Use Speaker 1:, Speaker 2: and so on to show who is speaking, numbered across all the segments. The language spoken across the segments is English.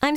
Speaker 1: I'm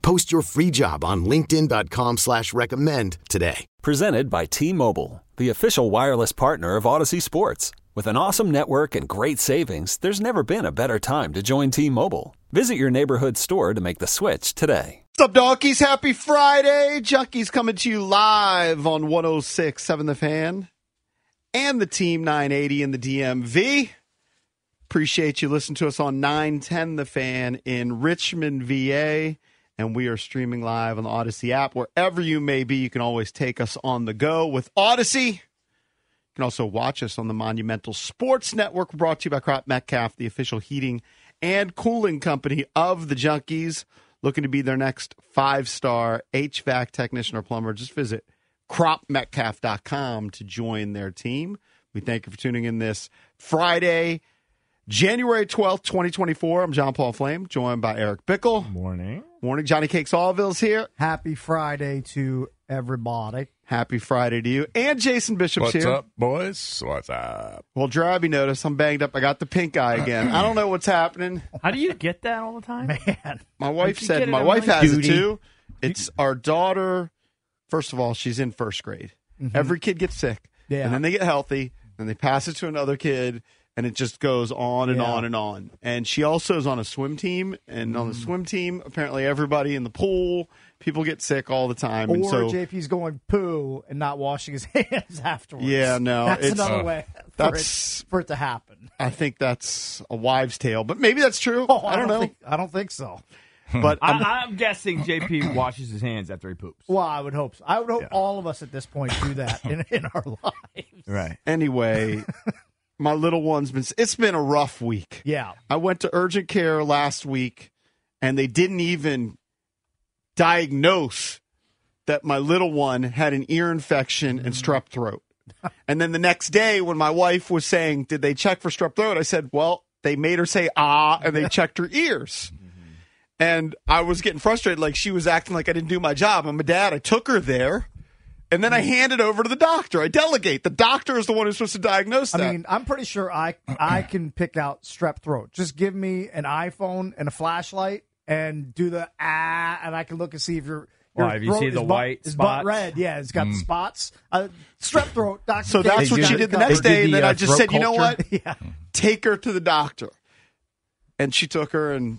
Speaker 2: Post your free job on linkedin.com/recommend slash recommend today.
Speaker 3: Presented by T Mobile, the official wireless partner of Odyssey Sports. With an awesome network and great savings, there's never been a better time to join T Mobile. Visit your neighborhood store to make the switch today.
Speaker 4: What's up, donkeys? Happy Friday. Junkies coming to you live on 106 7 The Fan and the Team 980 in the DMV. Appreciate you listening to us on 910 The Fan in Richmond, VA. And we are streaming live on the Odyssey app. Wherever you may be, you can always take us on the go with Odyssey. You can also watch us on the Monumental Sports Network, brought to you by Crop Metcalf, the official heating and cooling company of the Junkies. Looking to be their next five star HVAC technician or plumber, just visit cropmetcalf.com to join their team. We thank you for tuning in this Friday, January 12th, 2024. I'm John Paul Flame, joined by Eric Bickle.
Speaker 5: Morning.
Speaker 4: Morning, Johnny Cakes Allville's here.
Speaker 5: Happy Friday to everybody.
Speaker 4: Happy Friday to you. And Jason Bishop's
Speaker 6: What's
Speaker 4: here.
Speaker 6: up, boys? What's up?
Speaker 4: Well, Drabby noticed I'm banged up. I got the pink eye again. I don't know what's happening.
Speaker 7: How do you get that all the time?
Speaker 5: Man,
Speaker 4: My wife
Speaker 7: you get
Speaker 4: said
Speaker 7: it
Speaker 4: my
Speaker 7: on
Speaker 4: wife
Speaker 7: like-
Speaker 4: has
Speaker 5: Duty.
Speaker 4: it too. It's our daughter. First of all, she's in first grade. Every kid gets sick,
Speaker 5: Yeah.
Speaker 4: and then they get healthy, and they pass it to another kid, and it just goes on and
Speaker 5: Yeah.
Speaker 4: on and on. And she also is on a swim team, and on the swim team, apparently everybody in the pool, people get sick all the time, and
Speaker 5: or
Speaker 4: so
Speaker 5: JP's going poo and not washing his hands afterwards.
Speaker 4: Yeah, no,
Speaker 5: that's
Speaker 4: it's- Oh.
Speaker 5: another
Speaker 6: uh,
Speaker 5: way for,
Speaker 4: that's-
Speaker 5: it, for it to happen.
Speaker 4: I think that's a wives' tale, but maybe that's true.
Speaker 5: Oh,
Speaker 4: I don't know,
Speaker 5: Think, I don't think so.
Speaker 4: but I'm,
Speaker 7: I, I'm guessing JP washes his hands after he poops.
Speaker 5: Well, I would hope. So. I would hope all of us at this point do that in, in our lives.
Speaker 7: Right.
Speaker 4: anyway, my little one's been. It's been a rough week.
Speaker 5: Yeah.
Speaker 4: I went to urgent care last week and they didn't even diagnose that my little one had an ear infection and strep throat. and then the next day, when my wife was saying, Did they check for strep throat? I said, Well, they made her say ah and they checked her ears. And I was getting frustrated. Like she was acting like I didn't do my job. I'm a dad. I took her there. And then I hand it over to the doctor. I delegate. The doctor is the one who's supposed to diagnose
Speaker 5: I
Speaker 4: that.
Speaker 5: mean, I'm pretty sure I I can pick out strep throat. Just give me an iPhone and a flashlight and do the ah, and I can look and see if your your
Speaker 7: Why, have you
Speaker 5: throat
Speaker 7: seen
Speaker 5: is
Speaker 7: the
Speaker 5: bu-
Speaker 7: white
Speaker 5: is
Speaker 7: spots? Mm.
Speaker 5: butt red. Yeah, it's got the spots. Uh, strep throat. Doctor
Speaker 4: So that's
Speaker 5: Kate
Speaker 4: what
Speaker 5: got
Speaker 4: she
Speaker 5: it
Speaker 4: did the uh,
Speaker 5: covered.
Speaker 4: next day, and then I just said, "You know what?
Speaker 5: yeah,
Speaker 4: Take her to the doctor." And she took her, and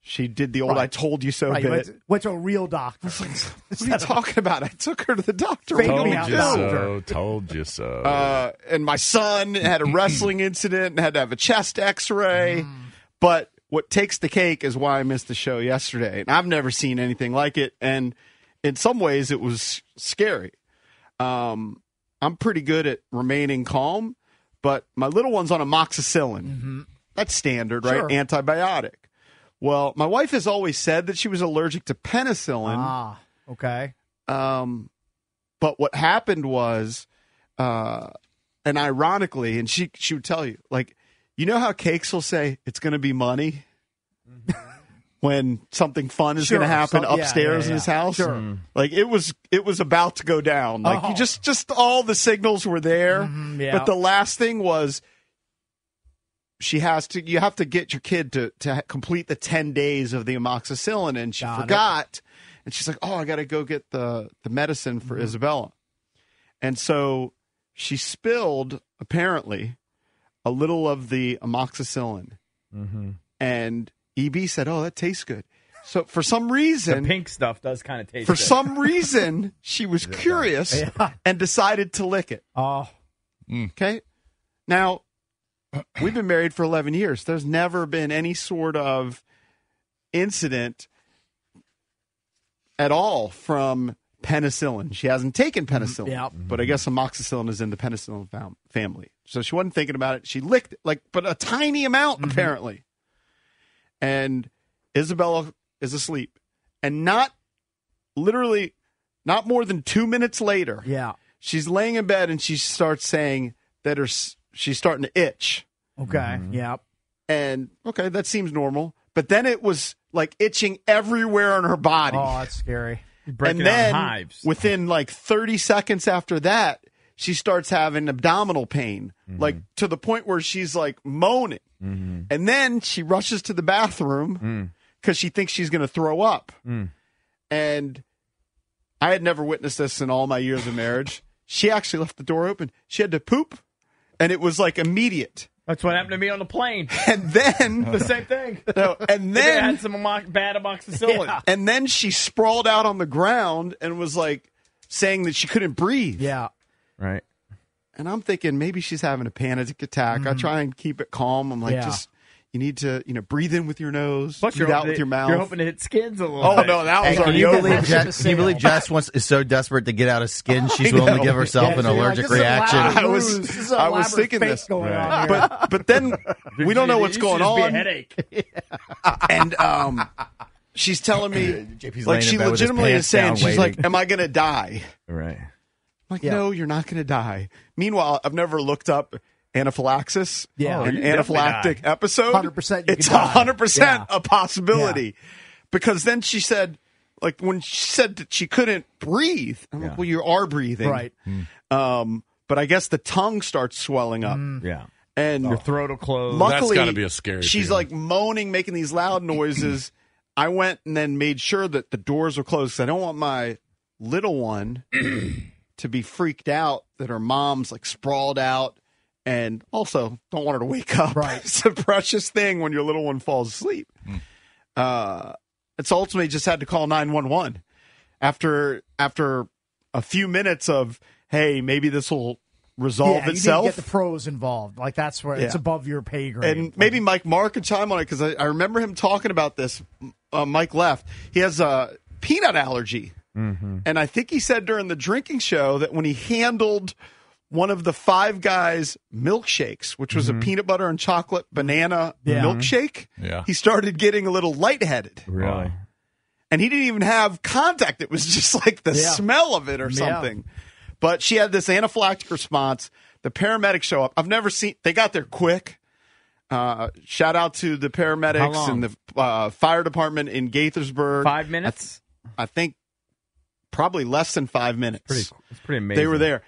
Speaker 4: she did the old "I told you so"
Speaker 5: right. you Went,
Speaker 4: bit.
Speaker 5: to, went to a real doctor.
Speaker 4: What are you talking about? I took her to the doctor.
Speaker 5: Fake
Speaker 4: What
Speaker 5: me
Speaker 6: Told
Speaker 4: do we
Speaker 5: out
Speaker 6: you
Speaker 4: do?
Speaker 6: so. Told you so.
Speaker 4: Uh, and my son had a wrestling incident and had to have a chest X-ray.
Speaker 5: Mm.
Speaker 4: But what takes the cake is why I missed the show yesterday, and I've never seen anything like it. And in some ways, it was scary. Um, I'm pretty good at remaining calm, but my little one's on amoxicillin. That's standard, right?
Speaker 5: Mm-hmm. Sure.
Speaker 4: Antibiotic. Well, my wife has always said that she was allergic to penicillin.
Speaker 5: ah, okay.
Speaker 4: Um, but what happened was, uh, and ironically, and she she would tell you, like, you know how cakes will say it's going to be money when something fun is
Speaker 5: Mm-hmm. Sure,
Speaker 4: going to happen
Speaker 5: some- yeah,
Speaker 4: upstairs
Speaker 5: yeah,
Speaker 4: in his
Speaker 5: yeah.
Speaker 4: house.
Speaker 5: Sure. Mm.
Speaker 4: Like it was it was about to go down. Like you
Speaker 5: Oh.
Speaker 4: just just all the signals were there.
Speaker 5: Mhm, yeah.
Speaker 4: But the last thing was. She has to. You have to get your kid to to complete the ten days of the amoxicillin, and she
Speaker 5: Got it.
Speaker 4: forgot. And she's like, "Oh, I got to go get the the medicine for
Speaker 7: Mm-hmm.
Speaker 4: Isabella." And so she spilled apparently a little of the amoxicillin,
Speaker 7: Mm-hmm.
Speaker 4: and EB said, "Oh, that tastes good." So for some
Speaker 7: The
Speaker 4: reason,
Speaker 7: pink stuff does kind of taste
Speaker 4: for
Speaker 7: good.
Speaker 4: some reason, she was curious
Speaker 5: Yeah.
Speaker 4: and decided to lick it.
Speaker 5: Oh,
Speaker 4: Okay. Now, we've been married for 11 years. There's never been any sort of incident at all from penicillin. She hasn't taken penicillin,
Speaker 5: Mm-hmm. Yeah.
Speaker 4: but I guess amoxicillin is in the penicillin fam- family. So she wasn't thinking about it. She licked it, like, but a tiny amount
Speaker 5: Mm-hmm.
Speaker 4: apparently. And Isabella is asleep and not literally Not more than two minutes later,
Speaker 5: Yeah.
Speaker 4: she's laying in bed and she starts saying that her s- she's starting to itch.
Speaker 5: Okay.
Speaker 7: Mm-hmm.
Speaker 5: Yeah.
Speaker 4: And okay, that seems normal. But then it was like itching everywhere on her body.
Speaker 5: Oh, that's scary.
Speaker 7: Breaking
Speaker 4: and then
Speaker 7: out hives.
Speaker 4: within like 30 seconds after that, she starts having abdominal pain,
Speaker 7: Mm-hmm.
Speaker 4: like to the point where she's like moaning. And then she rushes to the
Speaker 7: Mm.
Speaker 4: bathroom because she thinks she's going to throw up. And I had never witnessed this in all my years of marriage. She actually left the door open. She had to poop, and it was like immediate.
Speaker 7: That's what happened to me on the plane.
Speaker 4: And then,
Speaker 7: the same thing.
Speaker 4: no, and
Speaker 7: They
Speaker 4: then
Speaker 7: had some amox- bad amoxicillin.
Speaker 4: And then she sprawled out on the ground and was like saying that she couldn't breathe.
Speaker 5: Yeah.
Speaker 7: Right.
Speaker 4: And I'm thinking maybe she's having a panic attack.
Speaker 7: Mm-hmm.
Speaker 4: I try and keep it calm. I'm like,
Speaker 5: Yeah.
Speaker 4: just you need to, you know, breathe in with your nose,
Speaker 7: Plus,
Speaker 4: breathe
Speaker 7: you're
Speaker 4: out
Speaker 7: hoping
Speaker 4: with your
Speaker 7: to-
Speaker 4: mouth.
Speaker 7: You're hoping to hit skins a little.
Speaker 4: oh
Speaker 7: bit.
Speaker 4: no, that was
Speaker 8: Hey, can
Speaker 4: already
Speaker 8: you
Speaker 4: over.
Speaker 8: believe, Jess, can you believe Jess wants, is so desperate to get out of skin she's willing to give herself
Speaker 5: Yeah,
Speaker 8: an
Speaker 5: so you're like,
Speaker 8: allergic
Speaker 5: this is
Speaker 8: reaction?
Speaker 5: elaborate
Speaker 4: I was-
Speaker 5: ruse. This is
Speaker 4: I was
Speaker 5: elaborate
Speaker 4: thinking
Speaker 5: fake
Speaker 4: this.
Speaker 5: going on here.
Speaker 4: But but then we don't know what's
Speaker 7: It
Speaker 4: going
Speaker 7: should just be a
Speaker 4: on.
Speaker 7: headache.
Speaker 4: And um, she's telling me,
Speaker 8: JP's laying
Speaker 4: like
Speaker 8: in
Speaker 4: she
Speaker 8: bed with his
Speaker 4: legitimately is
Speaker 8: pants
Speaker 4: saying,
Speaker 8: down,
Speaker 4: she's
Speaker 8: waiting.
Speaker 4: like, "Am I going to die?"
Speaker 7: Right.
Speaker 4: I'm like,
Speaker 5: Yeah.
Speaker 4: no, you're not going to die. Meanwhile, I've never looked up anaphylaxis.
Speaker 5: Yeah. Oh,
Speaker 4: an
Speaker 7: you definitely
Speaker 4: anaphylactic episode.
Speaker 5: 100% you
Speaker 4: It's
Speaker 5: could die.
Speaker 4: hundred percent
Speaker 5: Yeah.
Speaker 4: a possibility. Because then she said, like when she said that she couldn't breathe, I'm like, well, you are breathing,
Speaker 5: right.
Speaker 4: Um, but I guess the tongue starts swelling up,
Speaker 5: Mm.
Speaker 7: Yeah.
Speaker 4: and
Speaker 7: Your throat will close.
Speaker 6: That's
Speaker 4: luckily,
Speaker 6: gotta be a scary
Speaker 4: She's
Speaker 6: feeling.
Speaker 4: like moaning, making these loud noises. I went and then made sure that the doors were closed 'cause I don't want my little one to be freaked out that her mom's like sprawled out, and also don't want her to wake up.
Speaker 5: Right.
Speaker 4: it's a precious thing when your little one falls asleep.
Speaker 6: Hmm.
Speaker 4: Uh, it's ultimately just had to call nine one one after after a few minutes of hey maybe this will resolve
Speaker 5: yeah,
Speaker 4: itself
Speaker 5: You need to get the pros involved. Like that's where it's
Speaker 4: Yeah.
Speaker 5: above your pay grade.
Speaker 4: and maybe Mike Marr could chime on it because I, I remember him talking about this. Uh, Mike left. He has a peanut allergy, and I think he said during the drinking show that when he handled one of the Five Guys milkshakes, which was a peanut butter and chocolate banana
Speaker 5: Yeah.
Speaker 4: milkshake,
Speaker 6: Yeah.
Speaker 4: he started getting a little lightheaded,
Speaker 7: Really?
Speaker 4: and he didn't even have contact. It was just like the
Speaker 5: Yeah.
Speaker 4: smell of it or
Speaker 5: Yeah.
Speaker 4: something. But she had this anaphylactic response. The paramedics show up. I've never seen. They got there quick. Uh, shout out to the
Speaker 7: How
Speaker 4: paramedics
Speaker 7: long?
Speaker 4: and the uh, fire department in Gaithersburg.
Speaker 7: Five minutes.
Speaker 4: I think probably less than five minutes.
Speaker 7: Pretty. cool. It's pretty amazing.
Speaker 4: they were there,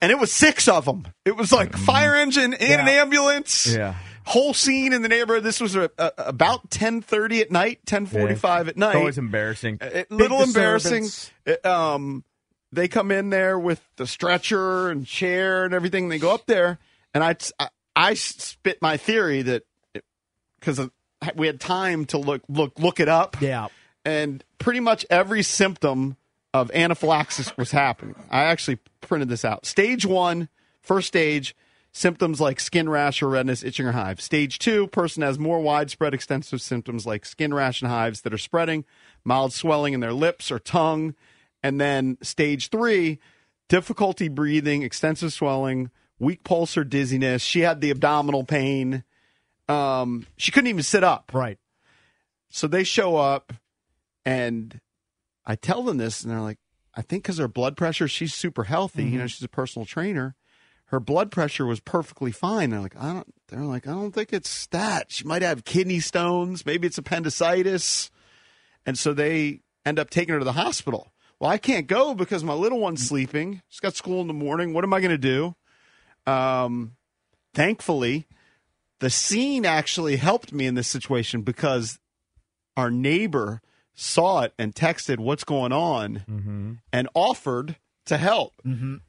Speaker 4: and it was six of them. It was like fire engine and an
Speaker 5: Yeah.
Speaker 4: ambulance.
Speaker 7: Mm-hmm. Yeah.
Speaker 4: Whole scene in the neighborhood. This was a, a, about ten thirty at night, ten forty five at night
Speaker 7: It's always embarrassing.
Speaker 8: uh,
Speaker 4: it, little embarrassing.
Speaker 5: disturbance.
Speaker 4: It, um, they come in there with the stretcher and chair and everything. They go up there, and I, I, I spit my theory that because we had time to look look look it up,
Speaker 5: yeah,
Speaker 4: and pretty much every symptom of anaphylaxis was happening. I actually printed this out. Stage one, first stage, symptoms like skin rash or redness, itching or hives. Stage two, person has more widespread extensive symptoms like skin rash and hives that are spreading, mild swelling in their lips or tongue. And then stage three, difficulty breathing, extensive swelling, weak pulse or dizziness. She had the abdominal pain. Um, she couldn't even sit up.
Speaker 5: right.
Speaker 4: So they show up and I tell them this, and they're like, I think because her blood pressure, she's super healthy. You know, she's a personal trainer. Her blood pressure was perfectly fine. They're like, I don't. They're like, I don't think it's that. She might have kidney stones. Maybe it's appendicitis. And so they end up taking her to the hospital. Well, I can't go because my little one's sleeping. She's got school in the morning. What am I going to do? Um, thankfully, the scene actually helped me in this situation because our neighbor saw it and texted what's going on and offered to help.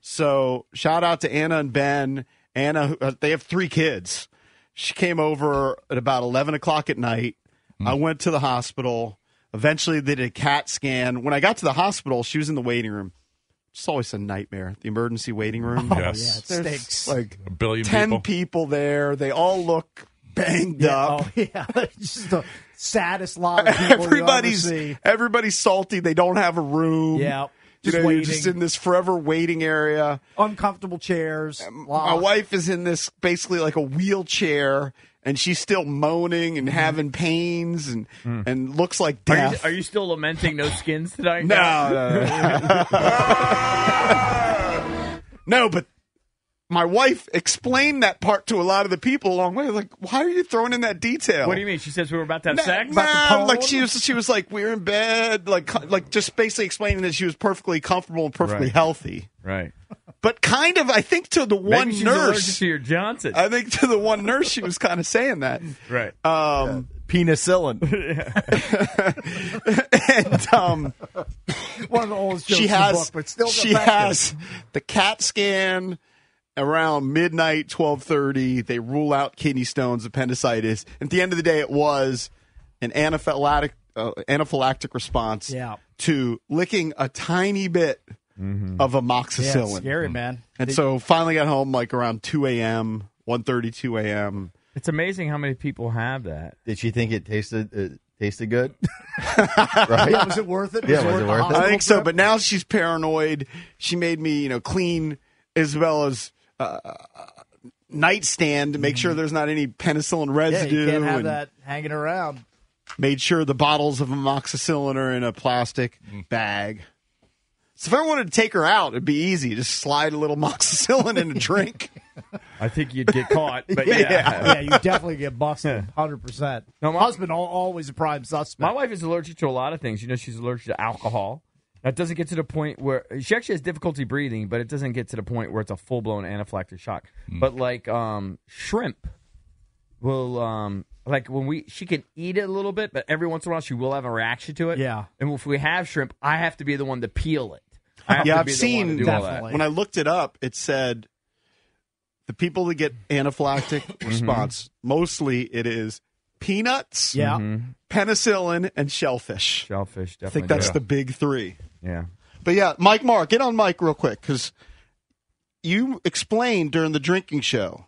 Speaker 4: So shout out to Anna and Ben. Anna, who- uh, they have three kids. She came over at about 11 o'clock at night. I went to the hospital. Eventually, they did a CAT scan. When I got to the hospital, she was in the waiting room. It's always a nightmare, the emergency waiting room.
Speaker 6: yes.
Speaker 5: Oh, Yeah, it
Speaker 4: There's,
Speaker 5: stinks.
Speaker 4: Like
Speaker 6: a billion
Speaker 4: 10
Speaker 6: people.
Speaker 4: people. there. They all look banged up.
Speaker 5: Oh yeah, just the saddest lot of people
Speaker 4: everybody's
Speaker 5: you ever see.
Speaker 4: everybody's salty. They don't have a room.
Speaker 5: Yeah,
Speaker 4: You
Speaker 5: just
Speaker 4: know, you're
Speaker 5: waiting.
Speaker 4: just in this forever waiting area.
Speaker 5: uncomfortable chairs.
Speaker 4: My
Speaker 5: locked.
Speaker 4: wife is in this basically like a wheelchair, and she's still moaning
Speaker 5: Mm-hmm.
Speaker 4: and having pains and and looks like
Speaker 7: Hmm. Are you,
Speaker 4: death.
Speaker 7: are you still lamenting no skins tonight?
Speaker 4: no, no, no. No, but my wife explained that part to a lot of the people along the way. Like, why are you throwing in that detail?
Speaker 7: What do you mean? She says we were about to have
Speaker 4: No,
Speaker 7: sex.
Speaker 4: no, like she was, she was like, we're in bed, like, co- like just basically explaining that she was perfectly comfortable, and perfectly
Speaker 7: Right.
Speaker 4: healthy.
Speaker 7: right.
Speaker 4: But kind of, I think to the one
Speaker 7: Maybe she's allergic
Speaker 4: nurse,
Speaker 7: to your Johnson.
Speaker 4: I think to the one nurse, she was kind of saying that.
Speaker 7: right.
Speaker 4: Um,
Speaker 8: Penicillin.
Speaker 4: and um,
Speaker 5: One of the oldest jokes
Speaker 4: she
Speaker 5: in the
Speaker 4: has,
Speaker 5: book, but still
Speaker 4: she
Speaker 5: effective.
Speaker 4: has the CAT scan around midnight, twelve thirty. They rule out kidney stones, appendicitis. At the end of the day, it was an anaphylactic uh, anaphylactic response
Speaker 5: Yeah.
Speaker 4: to licking a tiny bit of
Speaker 5: Yeah,
Speaker 4: amoxicillin.
Speaker 5: it's scary, man.
Speaker 4: And so finally got home like around 2 a.m., 1.32 a.m.
Speaker 7: It's amazing how many people have that.
Speaker 8: Did she think it tasted it tasted good?
Speaker 5: Yeah, was it worth it?
Speaker 8: Yeah, was
Speaker 5: the
Speaker 8: it worth it?
Speaker 5: hospital
Speaker 4: I think so,
Speaker 5: trip?
Speaker 4: but now she's paranoid. She made me, you know, clean Isabella's uh, nightstand to make sure there's not any penicillin
Speaker 5: Mm-hmm. yeah,
Speaker 4: residue
Speaker 5: you can't have
Speaker 4: and
Speaker 5: that hanging around.
Speaker 4: made sure the bottles of amoxicillin are in a plastic
Speaker 5: Mm.
Speaker 4: bag. So if I wanted to take her out, it'd be easy. Just slide a little amoxicillin in a drink.
Speaker 7: I think you'd get caught. But yeah.
Speaker 5: yeah, you definitely get busted, hundred percent.
Speaker 7: No, my-
Speaker 5: husband al- always a prime
Speaker 7: My
Speaker 5: suspect.
Speaker 7: wife is allergic to a lot of things. You know, she's allergic to alcohol. That doesn't get to the point where she actually has difficulty breathing, but it doesn't get to the point where it's a full blown anaphylactic shock.
Speaker 4: Hmm.
Speaker 7: But like um, shrimp will um, like when we she can eat it a little bit, but every once in a while she will have a reaction to it.
Speaker 5: Yeah.
Speaker 7: And if we have shrimp, I have to be the one to peel it. I have
Speaker 4: Yeah,
Speaker 7: to
Speaker 4: I've
Speaker 7: be the
Speaker 4: seen-
Speaker 7: one to do all that.
Speaker 5: Definitely.
Speaker 4: When I looked it up, it said the people that get
Speaker 7: Mm-hmm.
Speaker 4: anaphylactic response mostly it is peanuts,
Speaker 5: yeah,
Speaker 4: Mm-hmm. penicillin, and shellfish.
Speaker 7: Shellfish,
Speaker 4: I
Speaker 7: definitely.
Speaker 4: think that's
Speaker 7: do
Speaker 4: the big three.
Speaker 7: it. yeah.
Speaker 4: But yeah, Mike, Mark, get on Mike real quick because you explained during the drinking show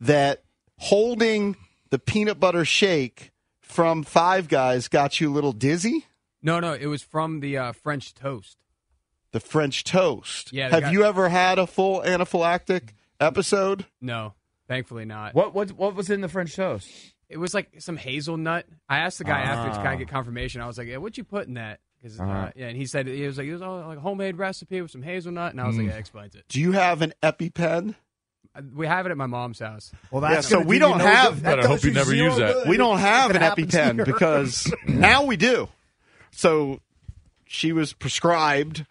Speaker 4: that holding the peanut butter shake from Five Guys got you a little dizzy.
Speaker 9: No, no, it was from the uh, French toast.
Speaker 4: The French toast.
Speaker 9: Yeah, they
Speaker 4: Have
Speaker 9: got-
Speaker 4: you ever had a full anaphylactic episode?
Speaker 9: No, thankfully not.
Speaker 7: What what what was in the French toast?
Speaker 9: It was like some hazelnut. I asked the guy after
Speaker 7: Ah.
Speaker 9: to kind of get confirmation. I was like, yeah, "What'd you put in that?" 'Cause,
Speaker 7: Uh-huh.
Speaker 9: uh, yeah, and he said he was like, "It was all, like a homemade recipe with some hazelnut," and I
Speaker 10: Mm.
Speaker 9: was like, "Yeah, that explains it."
Speaker 4: Do you have an EpiPen?
Speaker 9: Uh, We have it at my mom's house.
Speaker 5: Well,
Speaker 4: Yeah,
Speaker 5: that's
Speaker 4: so
Speaker 5: gonna
Speaker 4: we
Speaker 5: do you
Speaker 4: don't
Speaker 5: no
Speaker 4: have-
Speaker 5: good.
Speaker 6: But I
Speaker 5: does
Speaker 6: hope you never
Speaker 5: zero
Speaker 6: use that.
Speaker 5: good.
Speaker 4: We don't have
Speaker 5: If
Speaker 4: an
Speaker 5: it happens to
Speaker 4: EpiPen
Speaker 5: her.
Speaker 4: because now we do. So she was prescribed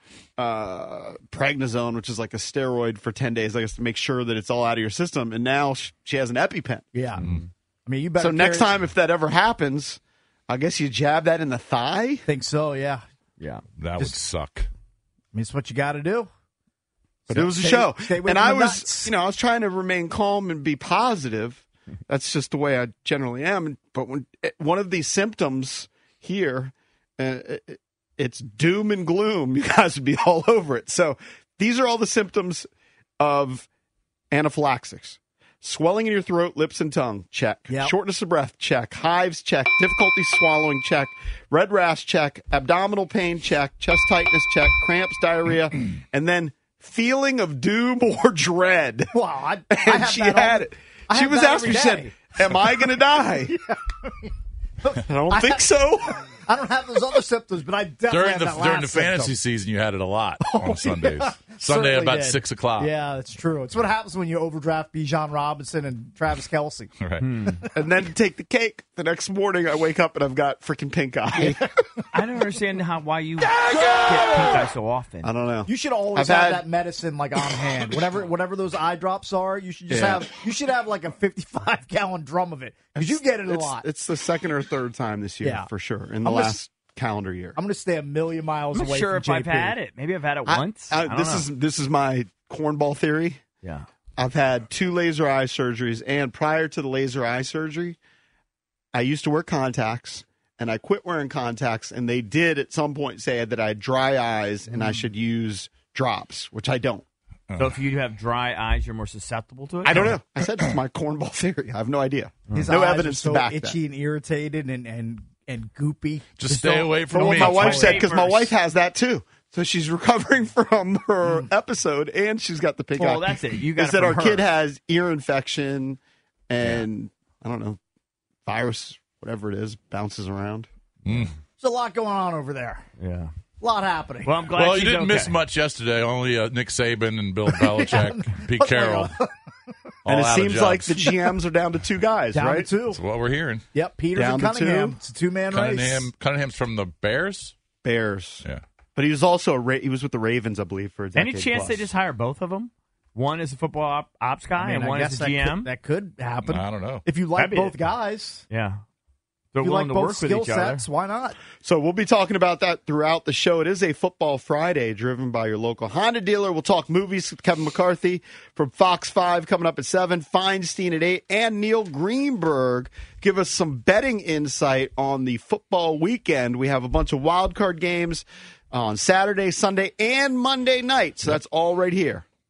Speaker 4: uh, prednisone, which is like a steroid for 10 days, I guess, to make sure that it's all out of your system. And now sh- she has an EpiPen.
Speaker 5: yeah. I mean, you better.
Speaker 4: Mm-hmm. so next
Speaker 5: carry-
Speaker 4: time, if that ever happens, I guess you jab that in the thigh.
Speaker 5: think so. Yeah, I
Speaker 7: Yeah.
Speaker 6: That would suck.
Speaker 5: mean, it's what you got to do.
Speaker 4: But it was a
Speaker 5: Stay-
Speaker 4: show.
Speaker 5: stay away
Speaker 4: And
Speaker 5: from
Speaker 4: I
Speaker 5: the
Speaker 4: was,
Speaker 5: nuts.
Speaker 4: you know, I was trying to remain calm and be positive. That's just the way I generally am. And- But when eh, one of these symptoms here, uh, eh, it's doom and gloom. You guys would be all over it. So these are all the symptoms of anaphylaxis. Swelling in your throat, lips, and tongue, check.
Speaker 5: Yep.
Speaker 4: Shortness of breath, check. Hives, check. Difficulty swallowing, check. Red rash, check. Abdominal pain, check. Chest tightness, check. Cramps, diarrhea, and then feeling of doom or dread.
Speaker 5: Wow, I, I
Speaker 4: And
Speaker 5: have
Speaker 4: she
Speaker 5: that
Speaker 4: had
Speaker 5: all-
Speaker 4: it.
Speaker 5: I
Speaker 4: She
Speaker 5: have
Speaker 4: was
Speaker 5: that
Speaker 4: asked me,
Speaker 5: every
Speaker 4: she said,
Speaker 5: day.
Speaker 4: Am I going to die? I don't think so.
Speaker 5: I don't have those other symptoms, but I definitely
Speaker 6: During
Speaker 5: have
Speaker 6: the
Speaker 5: that
Speaker 6: during
Speaker 5: last
Speaker 6: the fantasy
Speaker 5: symptom.
Speaker 6: season, you had it a lot on Sundays. Sunday
Speaker 5: Certainly
Speaker 6: at about
Speaker 5: did.
Speaker 6: six o'clock.
Speaker 5: Yeah, that's true. It's what happens when you overdraft Bijan Robinson and Travis Kelsey.
Speaker 6: Right.
Speaker 4: and then to take the cake, the next morning I wake up and I've got freaking pink eye.
Speaker 7: I don't understand how why you get pink eye so often.
Speaker 4: I don't know.
Speaker 5: You should always
Speaker 4: I've
Speaker 5: have
Speaker 4: had-
Speaker 5: that medicine like on hand. Whatever whatever those eye drops are, you should just
Speaker 4: Yeah.
Speaker 5: have you should have like a 55 gallon drum of it cuz you get it a
Speaker 4: it's,
Speaker 5: lot.
Speaker 4: It's the second or third time this year
Speaker 5: Yeah.
Speaker 4: for sure in the
Speaker 5: I'm gonna
Speaker 4: last
Speaker 5: s-
Speaker 4: calendar year.
Speaker 5: I'm going to stay a million miles
Speaker 7: I'm not
Speaker 5: away
Speaker 7: sure
Speaker 5: from
Speaker 7: if I've
Speaker 5: JP.
Speaker 7: had it. Maybe I've had it
Speaker 4: I-
Speaker 7: once.
Speaker 4: I-
Speaker 7: I don't
Speaker 4: this
Speaker 7: know.
Speaker 4: is this is my cornball theory.
Speaker 7: yeah.
Speaker 4: I've had two laser eye surgeries, and prior to the laser eye surgery, I used to wear contacts, and I quit wearing contacts, and they did at some point say that I had dry eyes and I
Speaker 5: Mm.
Speaker 4: should use drops, which I don't.
Speaker 7: So if you have dry eyes, you're more susceptible to it.
Speaker 4: I don't know. I said it's my cornball theory. I have no idea.
Speaker 5: His
Speaker 4: no
Speaker 5: eyes
Speaker 4: evidence
Speaker 5: are so
Speaker 4: to back that.
Speaker 5: itchy and irritated and and and goopy.
Speaker 6: Just stay
Speaker 5: don't-
Speaker 6: away
Speaker 4: But
Speaker 6: from
Speaker 4: what
Speaker 6: me.
Speaker 4: my wife said, because my
Speaker 7: Papers.
Speaker 4: wife has that too. So she's recovering from her episode, and she's got the pig
Speaker 7: Well,
Speaker 4: eye.
Speaker 7: that's it. You got
Speaker 4: Is
Speaker 7: it
Speaker 4: that
Speaker 7: from
Speaker 4: our
Speaker 7: her.
Speaker 4: kid has ear infection, and I don't know, virus, whatever it is, bounces around.
Speaker 5: There's a lot going on over there.
Speaker 7: Yeah.
Speaker 5: A lot happening.
Speaker 7: Well, I'm Hmm. glad
Speaker 6: Well,
Speaker 7: she's
Speaker 6: you didn't
Speaker 7: okay.
Speaker 6: miss much yesterday. Only uh, Nick Saban and Bill Belichick, Pete Carroll. all
Speaker 4: and it
Speaker 6: out of
Speaker 4: seems like
Speaker 6: jobs.
Speaker 4: the GMs are down to two guys,
Speaker 5: Down
Speaker 4: right?
Speaker 5: to two.
Speaker 6: That's what we're hearing.
Speaker 5: Yep, Peters
Speaker 4: Down
Speaker 5: and
Speaker 4: to two.
Speaker 5: Cunningham. It's a two man race.
Speaker 6: Cunningham, Cunningham's from the Bears.
Speaker 4: Bears.
Speaker 6: Yeah,
Speaker 4: But he was also a Ra- he was with the Ravens, I believe, for a decade
Speaker 7: Any chance
Speaker 4: plus.
Speaker 7: they just hire both of them? One is a football op- ops guy
Speaker 5: I mean,
Speaker 7: and
Speaker 5: I
Speaker 7: one
Speaker 5: guess
Speaker 7: is a
Speaker 5: that
Speaker 7: GM.
Speaker 5: Could, that could happen.
Speaker 6: I don't know.
Speaker 5: if you
Speaker 7: That'd
Speaker 5: like
Speaker 7: be
Speaker 5: both
Speaker 7: it.
Speaker 5: guys,
Speaker 7: yeah, they're
Speaker 5: if you like
Speaker 7: willing to
Speaker 5: both
Speaker 7: work with
Speaker 5: skill
Speaker 7: each other.
Speaker 5: sets, why not?
Speaker 4: So we'll be talking about that throughout the show. It is a football Friday driven by your local Honda dealer. We'll talk movies with Kevin McCarthy from Fox 5 coming up at 7, Feinstein at 8, and Neil Greenberg give us some betting insight on the football weekend. We have a bunch of wild card games on Saturday, Sunday, and Monday night. So that's all right here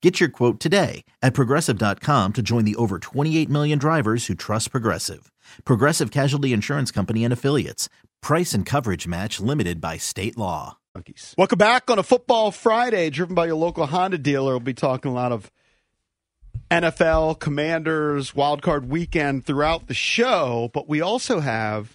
Speaker 11: Get your quote today at progressive.com to join the over 28 million drivers who trust Progressive. Progressive Casualty Insurance Company and Affiliates. Price and coverage match limited by state law.
Speaker 4: Monkeys. Welcome back on a Football Friday, driven by your local Honda dealer. We'll be talking a lot of NFL, Commanders, Wild Card Weekend throughout the show, but we also have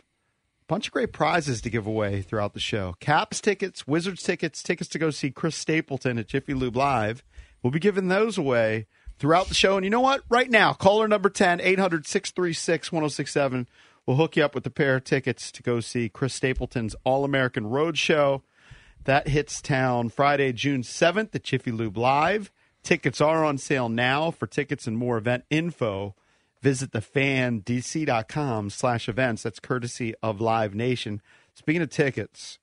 Speaker 4: a bunch of great prizes to give away throughout the show. Caps tickets, Wizards tickets, tickets to go see Chris Stapleton at Jiffy Lube Live. We'll be giving those away throughout the show. And you know what? Right now, caller number 10, 800 636 1067. We'll hook you up with a pair of tickets to go see Chris Stapleton's All American Road Show. That hits town Friday, June 7th at Jiffy Lube Live. Tickets are on sale now. For tickets and more event info, visit thefandc.com slash events. That's courtesy of Live Nation. Speaking of tickets,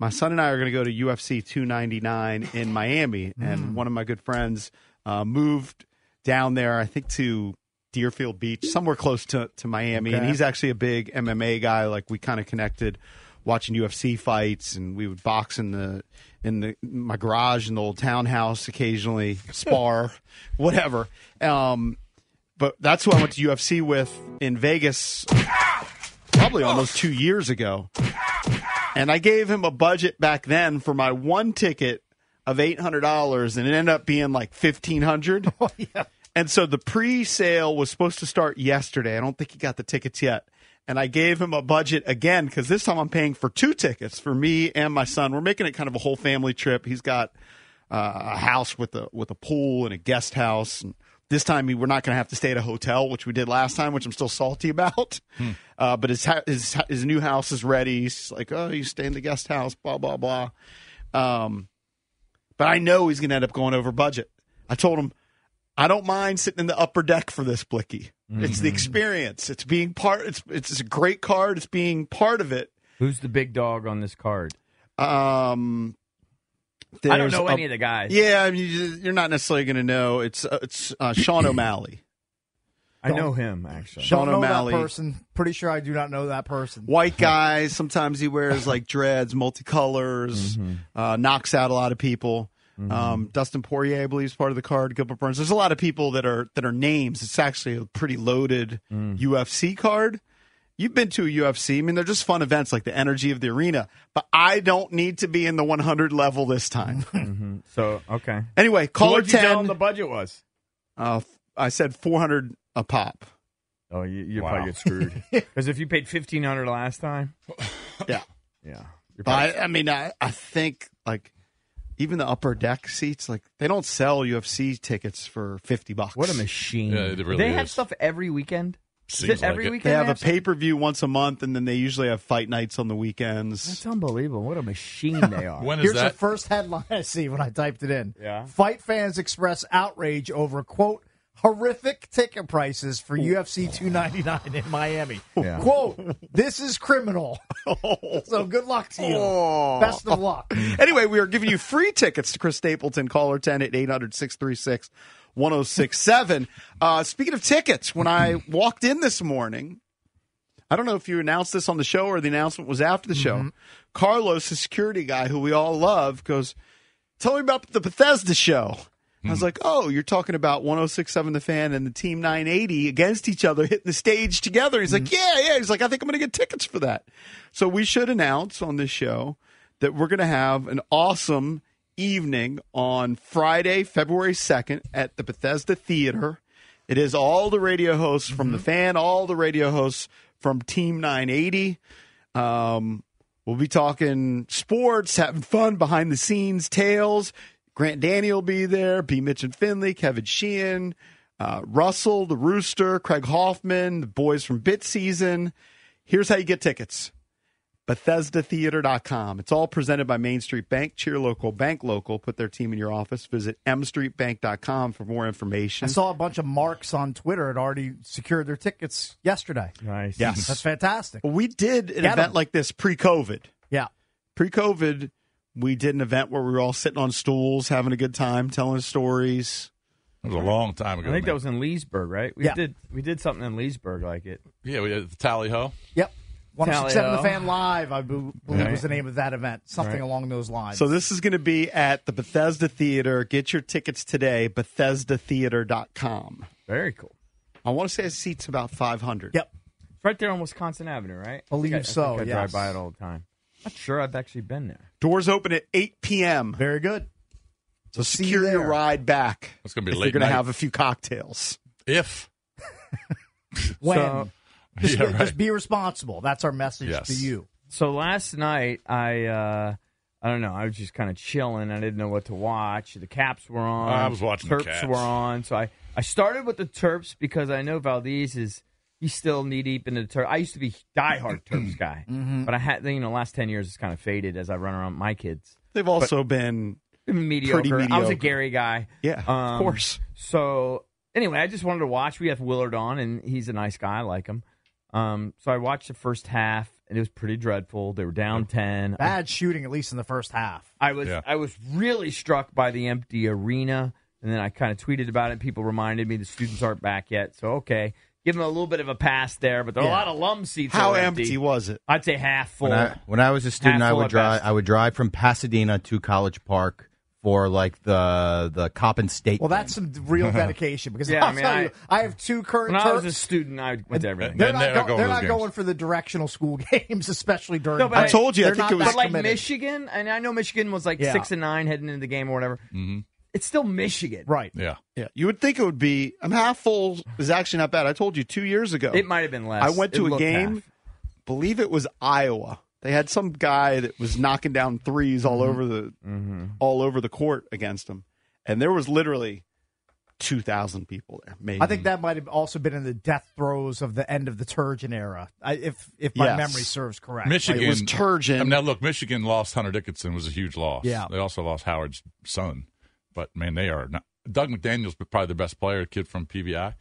Speaker 4: my son and I are going to go to UFC 299 in Miami, and one of my good friends uh, moved down there, I think to Deerfield Beach, somewhere close to, to Miami. And he's actually a big MMA guy. Like we kind of connected watching UFC fights, and we would box in the in the my garage in the old townhouse occasionally, spar, whatever. Um, but that's who I went to UFC with in Vegas, probably almost two years ago. And I gave him a budget back then for my one ticket of eight hundred dollars, and it ended up being like fifteen hundred. Oh, yeah. And so the pre-sale was supposed to start yesterday. I don't think he got the tickets yet. And I gave him a budget again because this time I'm paying for two tickets for me and my son. We're making it kind of a whole family trip. He's got uh, a house with a with a pool and a guest house. And this time we- we're not going to have to stay at a hotel, which we did last time, which I'm still salty about. Uh, but his, ha- his ha- his new house is ready. He's like, oh, you stay in the guest house, blah blah blah. Um, but I know he's going to end up going over budget. I told him I don't mind sitting in the upper deck for this blicky. It's the experience. It's being part. It's it's a great card. It's being part of it.
Speaker 7: Who's the big dog on this card?
Speaker 4: Um,
Speaker 7: I don't
Speaker 4: there's
Speaker 7: know
Speaker 4: a-
Speaker 7: any of the guys.
Speaker 4: Yeah, I mean, you- you're not necessarily going to know. It's uh, it's uh, Sean O'Malley,
Speaker 7: I know him actually.
Speaker 4: Sean
Speaker 5: don't know
Speaker 4: O'Malley.
Speaker 5: that person. Pretty sure I do not know that person.
Speaker 4: white guy. Sometimes he wears like dreads, multicolors,
Speaker 7: Mm-hmm.
Speaker 4: uh, knocks out a lot of people. Um, Dustin Poirier, I believe, is part of the card. Gilbert Burns. There's a lot of people that are that are names. It's actually a pretty loaded
Speaker 7: Mm.
Speaker 4: UFC card. You've been to a UFC. I mean, they're just fun events, like the energy of the arena. But I don't need to be in the 100 level this time.
Speaker 7: So okay.
Speaker 4: anyway, caller
Speaker 7: What'd you tell
Speaker 4: 10.
Speaker 7: him the budget was?
Speaker 4: uh, f- I said 400 a pop.
Speaker 7: Oh, you, you
Speaker 6: Wow.
Speaker 7: probably get screwed because if you paid fifteen hundred last time,
Speaker 4: Yeah.
Speaker 7: yeah, you're probably-
Speaker 4: But I, I mean, I, I think like even the upper deck seats, like they don't sell UFC tickets for fifty bucks.
Speaker 7: what a machine!
Speaker 6: Yeah, it really
Speaker 7: they have
Speaker 6: is.
Speaker 7: stuff every weekend.
Speaker 4: Seems
Speaker 7: every
Speaker 4: like it.
Speaker 7: weekend
Speaker 4: They
Speaker 7: they
Speaker 4: have a
Speaker 7: have
Speaker 4: pay per view once a month, and then they usually have fight nights on the weekends. That's
Speaker 7: unbelievable. What a machine they are.
Speaker 5: Here's the first headline I see when I typed it in.
Speaker 7: Yeah.
Speaker 5: Fight fans express outrage over quote horrific ticket prices for UFC 299 in Miami.
Speaker 7: Yeah.
Speaker 5: Quote, this is criminal. so good luck to you. Best of luck.
Speaker 4: anyway, we are giving you free tickets to Chris Stapleton. Caller 10 at 800 636 1067. Uh, Speaking of tickets, when I walked in this morning, I don't know if you announced this on the show or the announcement was after the show. Carlos, the security guy who we all love, goes, Tell me about the Bethesda show. I was like, oh, you're talking about 1067 The Fan and the Team 980 against each other hitting the stage together. He's like, yeah, yeah. He's like, I think I'm going to get tickets for that. So we should announce on this show that we're going to have an awesome evening on Friday, February 2nd at the Bethesda Theater. It is all the radio hosts from The Fan, all the radio hosts from Team 980. Um, we'll be talking sports, having fun behind the scenes, tales. Grant Daniel will be there, B. Mitch and Finley, Kevin Sheehan, uh, Russell, the Rooster, Craig Hoffman, the boys from Bit Season. Here's how you get tickets. BethesdaTheater.com. It's all presented by Main Street Bank. Cheer local, bank local. Put their team in your office. Visit mstreetbank.com for more information.
Speaker 5: I saw a bunch of marks on Twitter had already secured their tickets yesterday.
Speaker 7: Nice.
Speaker 4: Yes.
Speaker 5: That's fantastic.
Speaker 4: Well, we did an
Speaker 5: Get 'em.
Speaker 4: event like this pre-COVID.
Speaker 5: Yeah.
Speaker 4: Pre-COVID, we did an event where we were all sitting on stools, having a good time, telling stories.
Speaker 6: It was a long time
Speaker 7: I think that was in Leesburg, right? We
Speaker 4: Yeah.
Speaker 7: did we did something in Leesburg like it.
Speaker 6: Yeah, we did the Tally Ho.
Speaker 5: Yep. 1067 The
Speaker 7: Tally-ho.
Speaker 5: Fan Live, I be- believe
Speaker 6: Right.
Speaker 5: was the name of that event. Something
Speaker 7: Right.
Speaker 5: along those lines.
Speaker 4: So this is going to be at the Bethesda Theater. Get your tickets today, BethesdaTheater.com.
Speaker 7: Very cool.
Speaker 4: I want to say it seats about 500.
Speaker 5: Yep.
Speaker 7: It's right there on Wisconsin Avenue, right? I think
Speaker 5: Believe
Speaker 7: I- I
Speaker 5: so,
Speaker 7: think I
Speaker 5: yes.
Speaker 7: drive by it all the time. Not sure I've actually been there.
Speaker 4: Doors open at 8 p.m.
Speaker 5: Very good.
Speaker 4: So
Speaker 5: See
Speaker 4: secure
Speaker 5: you
Speaker 4: your
Speaker 5: there.
Speaker 4: ride back.
Speaker 6: It's gonna be
Speaker 4: if
Speaker 6: late
Speaker 4: You're going to
Speaker 6: night.
Speaker 4: have a few cocktails.
Speaker 6: If
Speaker 5: When?
Speaker 7: So-
Speaker 5: just, be,
Speaker 6: Yeah, right.
Speaker 5: just be responsible. That's our message
Speaker 6: Yes.
Speaker 5: to you.
Speaker 7: So last night I uh I don't know, I was just kind of chilling. I didn't know what to watch. The caps were on.
Speaker 6: I was watching the
Speaker 7: Terps
Speaker 6: Caps.
Speaker 7: were on. So I I started with the Terps because I know Valdez is he's still knee deep into the Terps. I used to be diehard Terps guy,
Speaker 5: Mm-hmm.
Speaker 7: but I had you know last ten years it's kind of faded as I run around with my kids.
Speaker 4: They've also been,
Speaker 7: mediocre. I was
Speaker 4: mediocre.
Speaker 7: a Gary guy.
Speaker 4: yeah,
Speaker 7: Um,
Speaker 4: of course.
Speaker 7: So anyway, I just wanted to watch. We have Willard on, and he's a nice guy. I like him. Um, so I watched the first half, and it was pretty dreadful. They were down ten. I,
Speaker 5: Bad shooting, at least in the first half.
Speaker 7: I was
Speaker 6: Yeah.
Speaker 7: I was really struck by the empty arena, and then I kind of tweeted about it. People reminded me the students aren't back yet, so okay, give them a little bit of a pass there. But there are a
Speaker 5: Yeah.
Speaker 7: lot of alum seats.
Speaker 4: How
Speaker 7: are
Speaker 4: empty. was it?
Speaker 7: I'd say half full.
Speaker 8: When I, when I was a student, I
Speaker 7: Handful
Speaker 8: would
Speaker 7: at
Speaker 8: drive.
Speaker 7: best.
Speaker 8: I would drive from Pasadena to College Park for like the the Coppin State.
Speaker 5: Well,
Speaker 8: thing.
Speaker 5: that's some real dedication because
Speaker 7: Yeah,
Speaker 5: I'll
Speaker 7: I mean,
Speaker 5: tell
Speaker 7: I-
Speaker 5: you, I have two current
Speaker 7: when I was a
Speaker 5: Terps.
Speaker 7: student, I went to everything.
Speaker 5: They're
Speaker 6: And
Speaker 5: not,
Speaker 6: they're
Speaker 5: go-
Speaker 6: not going
Speaker 5: they're
Speaker 6: to those
Speaker 5: not
Speaker 6: games.
Speaker 5: going for the directional school games, especially during.
Speaker 7: No, but I- I
Speaker 4: told you, I
Speaker 5: They're
Speaker 4: think
Speaker 5: not
Speaker 4: it was-
Speaker 5: that
Speaker 7: but like
Speaker 5: committed.
Speaker 7: Michigan, and I know Michigan was like
Speaker 5: Yeah.
Speaker 7: six and nine heading into the game or whatever. It's still Michigan.
Speaker 5: right?
Speaker 6: Yeah.
Speaker 4: Yeah, you would think it would be. I'm half full is actually not bad. I told you two years ago.
Speaker 7: It might have been less.
Speaker 4: I went
Speaker 7: It
Speaker 4: to a
Speaker 7: looked
Speaker 4: game.
Speaker 7: half.
Speaker 4: Believe it was Iowa. They had some guy that was knocking down threes all over the all over the court against him, and there was literally two thousand people there. Maybe
Speaker 5: I think that might have also been in the death throes of the end of the Turgeon era, I, if if my
Speaker 4: Yes.
Speaker 5: memory serves correct.
Speaker 6: Michigan
Speaker 4: It was Turgeon.
Speaker 6: I mean, now look, Michigan lost Hunter Dickinson was a huge loss.
Speaker 5: Yeah.
Speaker 6: they also lost Howard's son, but man, they are not. Doug McDaniel's probably the best player, kid from PBI,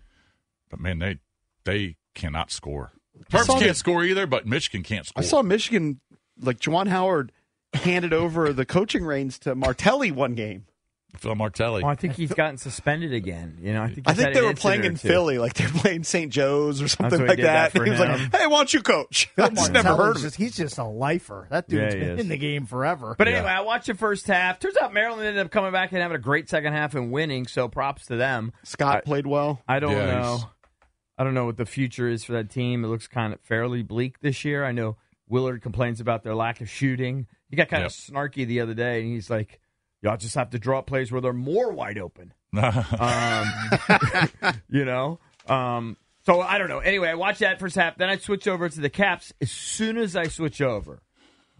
Speaker 6: but man, they they cannot score. Terps
Speaker 4: saw
Speaker 6: can't
Speaker 4: that-
Speaker 6: score either, but Michigan can't score.
Speaker 4: I saw Michigan like Juwan Howard handed over the coaching reins to Martelli one game.
Speaker 6: Phil Martelli.
Speaker 7: Well, Oh, I think he's gotten suspended again. You know, I think
Speaker 4: I
Speaker 7: he's
Speaker 4: think
Speaker 7: had
Speaker 4: they
Speaker 7: an
Speaker 4: were playing in
Speaker 7: incident or two.
Speaker 4: Philly, like they're playing St. Joe's or something
Speaker 7: what he
Speaker 4: like
Speaker 7: did that
Speaker 4: that.
Speaker 7: for
Speaker 4: he was
Speaker 7: him.
Speaker 4: like, "Hey, why don't you coach?" I just never heard of it.
Speaker 5: Just- He's just a lifer. That
Speaker 7: Yeah,
Speaker 5: dude's
Speaker 7: he
Speaker 5: been
Speaker 7: is.
Speaker 5: in the game forever.
Speaker 7: But anyway, I watched the first half. Turns out Maryland ended up coming back and having a great second half and winning. So props to them.
Speaker 4: Scott
Speaker 7: I-
Speaker 4: played well.
Speaker 7: I don't
Speaker 6: Yeah, he's-
Speaker 7: know. I don't know what the future is for that team. It looks kind of fairly bleak this year. I know Willard complains about their lack of shooting. He got kind
Speaker 6: Yep.
Speaker 7: of snarky the other day, and he's like, "Y'all just have to draw up plays where they're more wide open." Um, you know. Um, so I don't know. Anyway, I watched that first half. Then I switch over to the Caps. As soon as I switch over,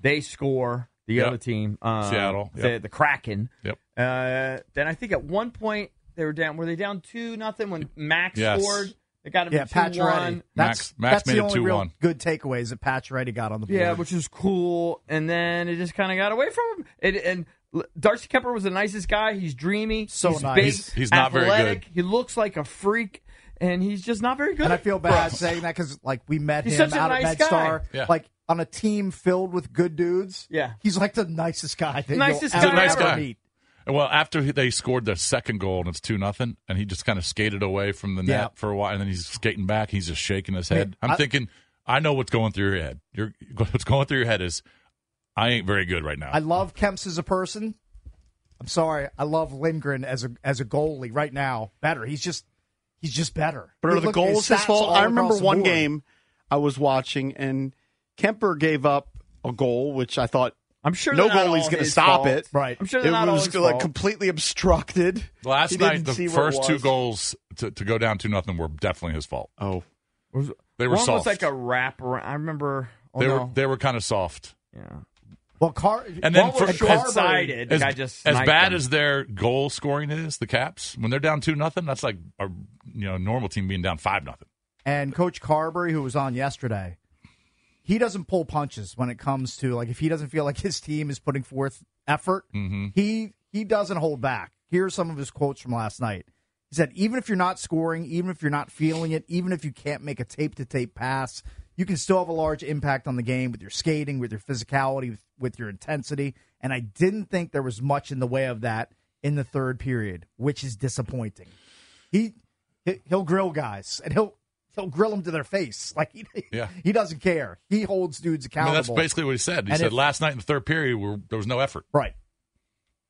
Speaker 7: they score the
Speaker 6: Yep.
Speaker 7: other team, um,
Speaker 6: Seattle,
Speaker 7: the,
Speaker 6: yep.
Speaker 7: the Kraken.
Speaker 6: Yep.
Speaker 7: Uh, then I think at one point they were down. Were they down two nothing when Max
Speaker 6: Yes.
Speaker 7: scored? They They got him
Speaker 5: Yeah,
Speaker 7: in
Speaker 5: Patch Ready.
Speaker 7: 2-1.
Speaker 5: That's,
Speaker 6: Max- Max
Speaker 5: that's
Speaker 6: made
Speaker 5: the
Speaker 6: it
Speaker 5: only real
Speaker 6: 2-1.
Speaker 5: good takeaways that Patch Ready got on the board.
Speaker 7: Yeah, which was cool. And then it just kind of got away from him. It, and L- Darcy Kemper was the nicest guy. He's dreamy.
Speaker 5: So
Speaker 7: he's
Speaker 5: nice.
Speaker 7: Big,
Speaker 5: He's-
Speaker 6: he's not very
Speaker 7: athletic.
Speaker 6: good.
Speaker 7: He looks like a freak, and he's just not very good.
Speaker 5: And I feel bad saying that because like we met
Speaker 7: He's
Speaker 5: him
Speaker 7: such a
Speaker 5: out
Speaker 7: nice
Speaker 5: at MedStar,
Speaker 6: guy. Yeah.
Speaker 5: like on a team filled with good dudes.
Speaker 7: Yeah.
Speaker 5: he's like the nicest guy. That
Speaker 7: Nicest
Speaker 5: you'll ever
Speaker 7: guy He's a nice
Speaker 5: ever
Speaker 6: guy.
Speaker 5: meet.
Speaker 6: Well, after he- they scored the second goal and it's two nothing, and he just kind of skated away from the net
Speaker 5: Yeah.
Speaker 6: for a while, and then he's skating back. He's just shaking his head.
Speaker 5: Man,
Speaker 6: I'm
Speaker 5: I-
Speaker 6: thinking, I know what's going through your head. You're, what's going through your head is, I ain't very good right now.
Speaker 5: I love Kemps as a person. I'm sorry, I love Lindgren as a as a goalie right now. Better, he's just he's just better.
Speaker 4: But are the
Speaker 5: Look,
Speaker 4: goals
Speaker 5: stats
Speaker 4: his fault?
Speaker 5: all
Speaker 4: I remember
Speaker 5: across the
Speaker 4: one
Speaker 5: board.
Speaker 4: game I was watching, and Kemper gave up a goal, which I thought
Speaker 7: I'm sure
Speaker 4: no
Speaker 7: they're not
Speaker 4: goalie's
Speaker 7: all
Speaker 4: going to
Speaker 7: his
Speaker 4: stop
Speaker 7: fault.
Speaker 4: it.
Speaker 5: Right.
Speaker 7: I'm sure
Speaker 4: it
Speaker 7: they're not all
Speaker 4: was
Speaker 7: his
Speaker 4: like
Speaker 7: fault.
Speaker 4: completely obstructed. He
Speaker 6: Last
Speaker 4: didn't
Speaker 6: night, the
Speaker 4: see what it
Speaker 6: first two
Speaker 4: was.
Speaker 6: goals to, to go down two nothing were definitely his fault.
Speaker 4: Oh,
Speaker 7: Was-
Speaker 6: They were
Speaker 7: One
Speaker 6: soft.
Speaker 7: was like a wrap. around- I remember. Oh
Speaker 6: they
Speaker 7: no.
Speaker 6: were they were kind of soft.
Speaker 7: yeah.
Speaker 5: Well, Car
Speaker 6: And then
Speaker 7: One was
Speaker 6: for-
Speaker 7: short-sighted. The
Speaker 6: As,
Speaker 7: guy just
Speaker 6: as
Speaker 7: sniped
Speaker 6: bad
Speaker 7: him.
Speaker 6: as their goal scoring is, the Caps when they're down two nothing, that's like a you know normal team being down five nothing.
Speaker 5: and Coach Carberry, who was on yesterday, he doesn't pull punches when it comes to like if he doesn't feel like his team is putting forth effort, he he doesn't hold back. Here's some of his quotes from last night. He said, "Even if you're not scoring, even if you're not feeling it, even if you can't make a tape to tape pass, you can still have a large impact on the game with your skating, with your physicality, with, with your intensity." And I didn't think there was much in the way of that in the third period, which is disappointing. He he- he'll grill guys and he'll he'll grill them to their face. Like he
Speaker 6: Yeah.
Speaker 5: he doesn't care. He holds dudes
Speaker 6: I
Speaker 5: accountable.
Speaker 6: mean, that's basically what he said. He
Speaker 5: And
Speaker 6: said
Speaker 5: if-
Speaker 6: last night in the third period where there was no effort.
Speaker 5: right.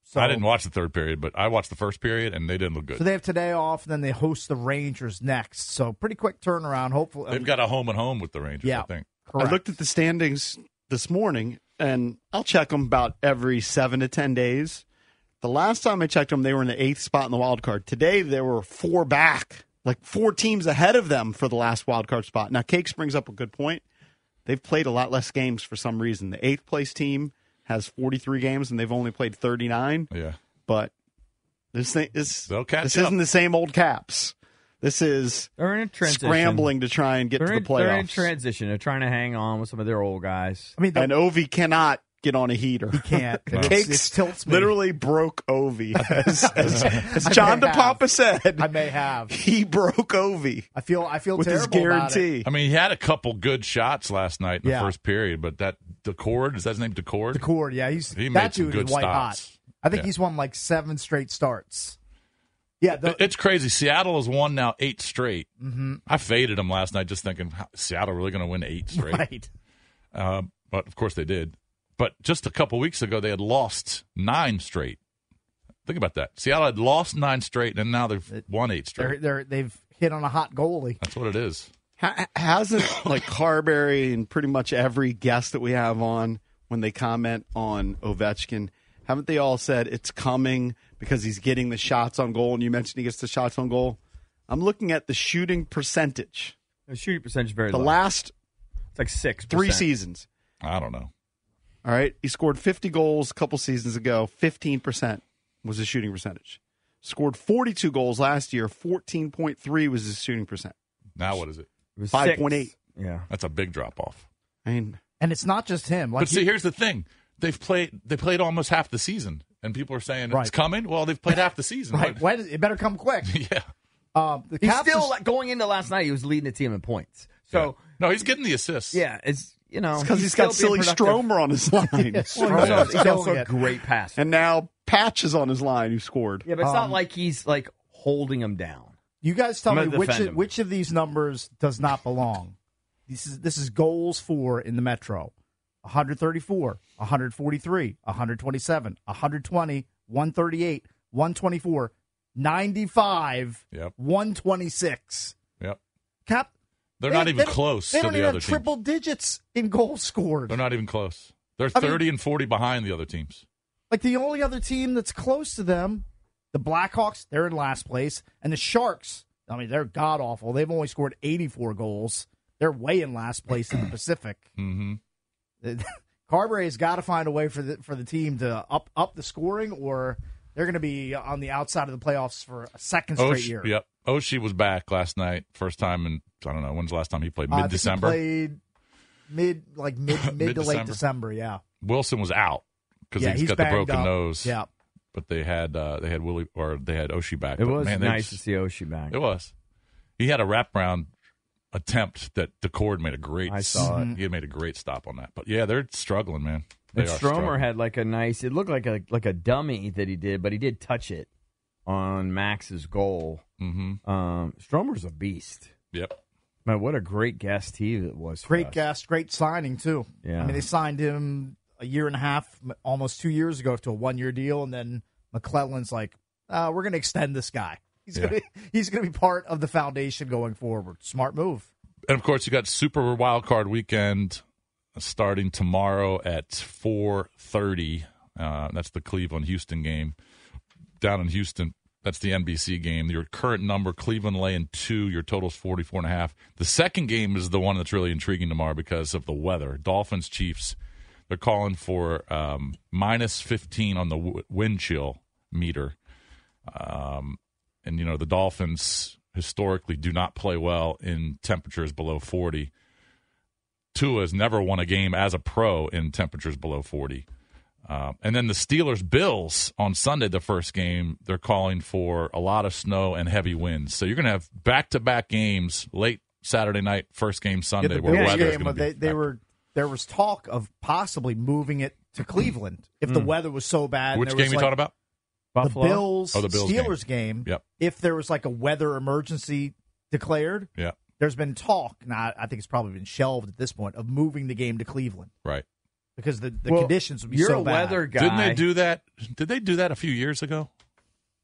Speaker 5: So
Speaker 6: I didn't watch the third period, but I watched the first period and they didn't look good.
Speaker 5: So they have today off, and then they host the Rangers next. So pretty quick turnaround. Hopefully,
Speaker 6: they, have got a home and home with the Rangers.
Speaker 5: Yeah.
Speaker 6: I think.
Speaker 5: correct.
Speaker 4: I looked at the standings this morning, and I'll check them about every seven to ten days. The last time I checked them, they were in the eighth spot in the wild card. Today, they were four back, like four teams ahead of them for the last wild card spot. Now, Cakes brings up a good point. They've played a lot less games for some reason. The eighth place team has 43 games, and they've only played 39.
Speaker 6: Yeah.
Speaker 4: But this thing, this,
Speaker 6: They'll catch
Speaker 4: this
Speaker 6: up.
Speaker 4: isn't the same old Caps. This is
Speaker 7: They're in a transition.
Speaker 4: scrambling to try and get
Speaker 7: They're
Speaker 4: to
Speaker 7: in,
Speaker 4: the playoffs.
Speaker 7: they're in transition. They're trying to hang on with some of their old guys.
Speaker 5: I mean, the,
Speaker 4: and Ovi cannot get on a heater. He
Speaker 5: can't.
Speaker 6: No.
Speaker 5: It's-
Speaker 4: Cakes
Speaker 5: it tilts me.
Speaker 4: literally broke Ovi. As, as, as
Speaker 5: I
Speaker 4: John
Speaker 5: may have.
Speaker 4: DePapa said,
Speaker 5: I may have.
Speaker 4: he broke Ovi
Speaker 5: I feel I feel
Speaker 4: with
Speaker 5: terrible
Speaker 4: his
Speaker 5: about it.
Speaker 4: guarantee.
Speaker 6: I mean, he had a couple good shots last night in
Speaker 5: Yeah.
Speaker 6: the first period, but that Decord is that his name? Decord.
Speaker 5: The cord, yeah, he's
Speaker 6: He
Speaker 5: that
Speaker 6: made some
Speaker 5: dude
Speaker 6: good
Speaker 5: is white
Speaker 6: stops.
Speaker 5: hot. I think
Speaker 6: Yeah.
Speaker 5: he's won like seven straight starts. Yeah, the,
Speaker 6: It's crazy. Seattle has won now eight straight. Mm-hmm. I faded them last night, just thinking "How- Seattle really going to win eight straight.
Speaker 5: right.
Speaker 6: Uh, but of course they did. But just a couple weeks ago, they had lost nine straight. Think about that. Seattle had lost nine straight, and now they've won eight
Speaker 5: They're,
Speaker 6: straight.
Speaker 5: they're they've hit on a hot goalie.
Speaker 6: That's what it is.
Speaker 4: Ha- hasn't like Carberry and pretty much every guest that we have on when they comment on Ovechkin, haven't they all said it's coming because he's getting the shots on goal? And you mentioned he gets the shots on goal. I'm looking at the shooting percentage.
Speaker 7: The shooting percentage is very
Speaker 4: The
Speaker 7: low.
Speaker 4: last
Speaker 7: it's like six.
Speaker 4: 3 seasons.
Speaker 6: I don't know.
Speaker 4: All right. He scored 50 goals a couple seasons ago. 15% was his shooting percentage. Scored 42 goals last year. 14.3 was his shooting percent.
Speaker 6: Now what is it?
Speaker 7: It was
Speaker 4: 5.8.
Speaker 7: six. Yeah.
Speaker 6: That's a big drop off.
Speaker 4: I mean,
Speaker 5: And it's not just him. Like
Speaker 6: but see, here's the thing: they've played they played almost half the season, and people are saying it's
Speaker 5: Right.
Speaker 6: coming. Well, they've played half the season.
Speaker 5: right, when, it better come quick.
Speaker 6: yeah.
Speaker 5: Um, the
Speaker 7: He's
Speaker 5: Caps
Speaker 7: still
Speaker 5: is-
Speaker 7: like, going into last night. He was leading the team in points. So
Speaker 6: No, he's getting the assists.
Speaker 7: yeah, it's you know
Speaker 4: because he's
Speaker 7: still
Speaker 4: got
Speaker 7: being
Speaker 4: silly
Speaker 7: productive.
Speaker 4: Stromer on his line.
Speaker 7: Well, he's
Speaker 6: Yeah.
Speaker 7: also, he's
Speaker 5: Killing
Speaker 7: also a
Speaker 5: it.
Speaker 7: great passer.
Speaker 4: and now Patch is on his line who scored.
Speaker 7: yeah, but it's not
Speaker 5: Um,
Speaker 7: like he's like holding him down.
Speaker 5: You guys tell
Speaker 7: I'm
Speaker 5: me
Speaker 7: gonna
Speaker 5: which
Speaker 7: defend
Speaker 5: of,
Speaker 7: him.
Speaker 5: which of these numbers does not belong. This is this is goals for in the Metro. 134, 143, 127, 120, 138, 124, 95,
Speaker 6: Yep.
Speaker 5: 126.
Speaker 6: Yep.
Speaker 5: Cap
Speaker 6: They're
Speaker 5: they-
Speaker 6: not
Speaker 5: they
Speaker 6: even
Speaker 5: don't-
Speaker 6: close
Speaker 5: They
Speaker 6: to
Speaker 5: don't
Speaker 6: the
Speaker 5: even
Speaker 6: other
Speaker 5: have
Speaker 6: teams.
Speaker 5: triple digits in goals scored.
Speaker 6: They're not even close. They're
Speaker 5: I mean-
Speaker 6: thirty and forty behind the other teams.
Speaker 5: Like the only other team that's close to them, the Blackhawks, they're in last place, and the Sharks. I mean, they're god awful. They've only scored 84 goals. They're way in last place in the Pacific.
Speaker 6: hmm
Speaker 5: Carberry's got to find a way for the for the team to up up the scoring, or They're going to be on the outside of the playoffs for a second
Speaker 6: Oh,
Speaker 5: straight year.
Speaker 6: Yep. Oshie was back last night. First time in, I don't know, when's the last time he played?
Speaker 5: Uh, I
Speaker 6: Mid
Speaker 5: think he
Speaker 6: December.
Speaker 5: played mid like mid mid, to late December. Yeah,
Speaker 6: Wilson was out because
Speaker 5: yeah,
Speaker 6: he's got the
Speaker 5: banged
Speaker 6: broken
Speaker 5: up.
Speaker 6: nose.
Speaker 5: Yeah,
Speaker 6: But they had uh, they had Willie or they had Oshie back.
Speaker 7: It
Speaker 6: But,
Speaker 7: was
Speaker 6: man, they
Speaker 7: nice to
Speaker 6: just-
Speaker 7: see Oshie back.
Speaker 6: It was. He had a wraparound attempt that Decord made a great.
Speaker 7: I saw
Speaker 6: it. He made a great stop on that. But yeah, they're struggling, man. They
Speaker 7: And
Speaker 6: are
Speaker 7: Stromer
Speaker 6: struggling.
Speaker 7: had like a nice. It looked like a like a dummy that he did, but he did touch it on Max's goal.
Speaker 6: hmm
Speaker 7: Um, Stromer's a beast.
Speaker 6: Yep.
Speaker 7: Man, what a great guest he was. for
Speaker 5: great
Speaker 7: us.
Speaker 5: guest, great signing too.
Speaker 7: Yeah.
Speaker 5: I mean they signed him a year and a half, m- almost two years ago, to a one-year deal, and then McClellan's like, uh, "We're going to extend this guy. He's
Speaker 6: Yeah.
Speaker 5: going to he's going to be part of the foundation going forward." Smart move.
Speaker 6: And of course, you got Super Wild Card Weekend uh, starting tomorrow at four thirty. Uh, that's the Cleveland Houston game down in Houston. That's the NBC game. Your current number, Cleveland laying two. Your total's 44 and a half. The second game is the one that's really intriguing tomorrow because of the weather. Dolphins, Chiefs, they're calling for um, minus 15 on the w- wind chill meter. Um, and you know the Dolphins historically do not play well in temperatures below 40. Tua has never won a game as a pro in temperatures below 40. Um, and then the Steelers Bills on Sunday, the first game, they're calling for a lot of snow and heavy winds. So you're going to have back to back games late Saturday night, first game Sunday,
Speaker 5: the
Speaker 6: where
Speaker 5: Bills
Speaker 6: weather is
Speaker 5: game,
Speaker 6: going to be.
Speaker 5: they, they were there was talk of possibly moving it to Cleveland if the weather was so bad. and
Speaker 6: Mm. Which
Speaker 5: there
Speaker 6: game
Speaker 5: was
Speaker 6: you
Speaker 5: like
Speaker 6: talking about?
Speaker 5: The
Speaker 7: Buffalo.
Speaker 5: Bills,
Speaker 6: Oh, the Bills game.
Speaker 5: Steelers game.
Speaker 6: Yep.
Speaker 5: If there was like a weather emergency declared,
Speaker 6: Yeah,
Speaker 5: there's been talk. Now I think it's probably been shelved at this point of moving the game to Cleveland
Speaker 6: right.
Speaker 5: because the, the
Speaker 7: Well,
Speaker 5: conditions would be
Speaker 7: you're
Speaker 5: so
Speaker 7: a
Speaker 5: bad.
Speaker 7: weather guy.
Speaker 6: Didn't they do that? Did they do that a few years ago?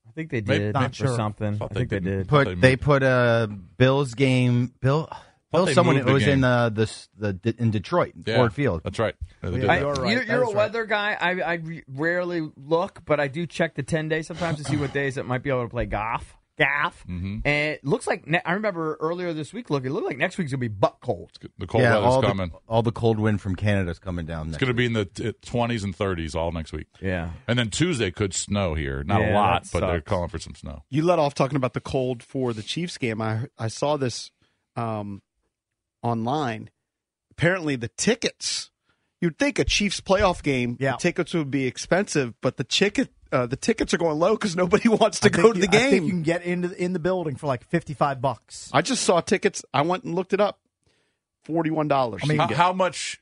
Speaker 7: I think they
Speaker 6: Maybe-
Speaker 7: did.
Speaker 5: Not
Speaker 7: or
Speaker 5: sure.
Speaker 7: something. I
Speaker 6: Thought they
Speaker 7: think they
Speaker 6: didn't.
Speaker 7: did.
Speaker 6: They
Speaker 8: Put they
Speaker 6: moved-
Speaker 8: put a Bills game. Bill, Bill
Speaker 6: they
Speaker 8: someone
Speaker 6: moved
Speaker 8: who
Speaker 6: the
Speaker 8: was
Speaker 6: game.
Speaker 8: in uh, the the in Detroit,
Speaker 6: Yeah,
Speaker 8: Ford Field.
Speaker 6: That's right. They did
Speaker 5: Yeah,
Speaker 6: that.
Speaker 7: I,
Speaker 5: You're right.
Speaker 7: You're,
Speaker 5: That
Speaker 7: you're a
Speaker 5: is right.
Speaker 7: weather guy. I, I re- rarely look, but I do check the 10 days sometimes to see what days it might be able to play golf. Gaff.
Speaker 6: Mm-hmm.
Speaker 7: And it looks like, ne- I remember earlier this week, look, it looked like next week's going to be butt cold.
Speaker 6: the cold
Speaker 8: yeah,
Speaker 6: weather's
Speaker 8: all the,
Speaker 6: coming.
Speaker 8: all the cold wind from Canada's coming down.
Speaker 6: It's going to be in the twenties and thirties all next week,
Speaker 7: Yeah.
Speaker 6: and then Tuesday could snow here. Not a
Speaker 7: Yeah,
Speaker 6: lot,
Speaker 7: that
Speaker 6: but they're
Speaker 7: sucks.
Speaker 6: calling for some snow.
Speaker 4: You let off talking about the cold for the Chiefs game. I I saw this um, online. Apparently, the tickets. You'd think a Chiefs playoff game,
Speaker 5: Yeah.
Speaker 4: the tickets would be expensive, but the ticket uh, the tickets are going low because nobody wants to
Speaker 5: I
Speaker 4: go
Speaker 5: think
Speaker 4: to
Speaker 5: you-
Speaker 4: the
Speaker 5: I
Speaker 4: game.
Speaker 5: think you can get into the, in the building for like fifty five bucks.
Speaker 4: I just saw tickets. I went and looked it up. Forty one dollars.
Speaker 5: I mean,
Speaker 6: How, how much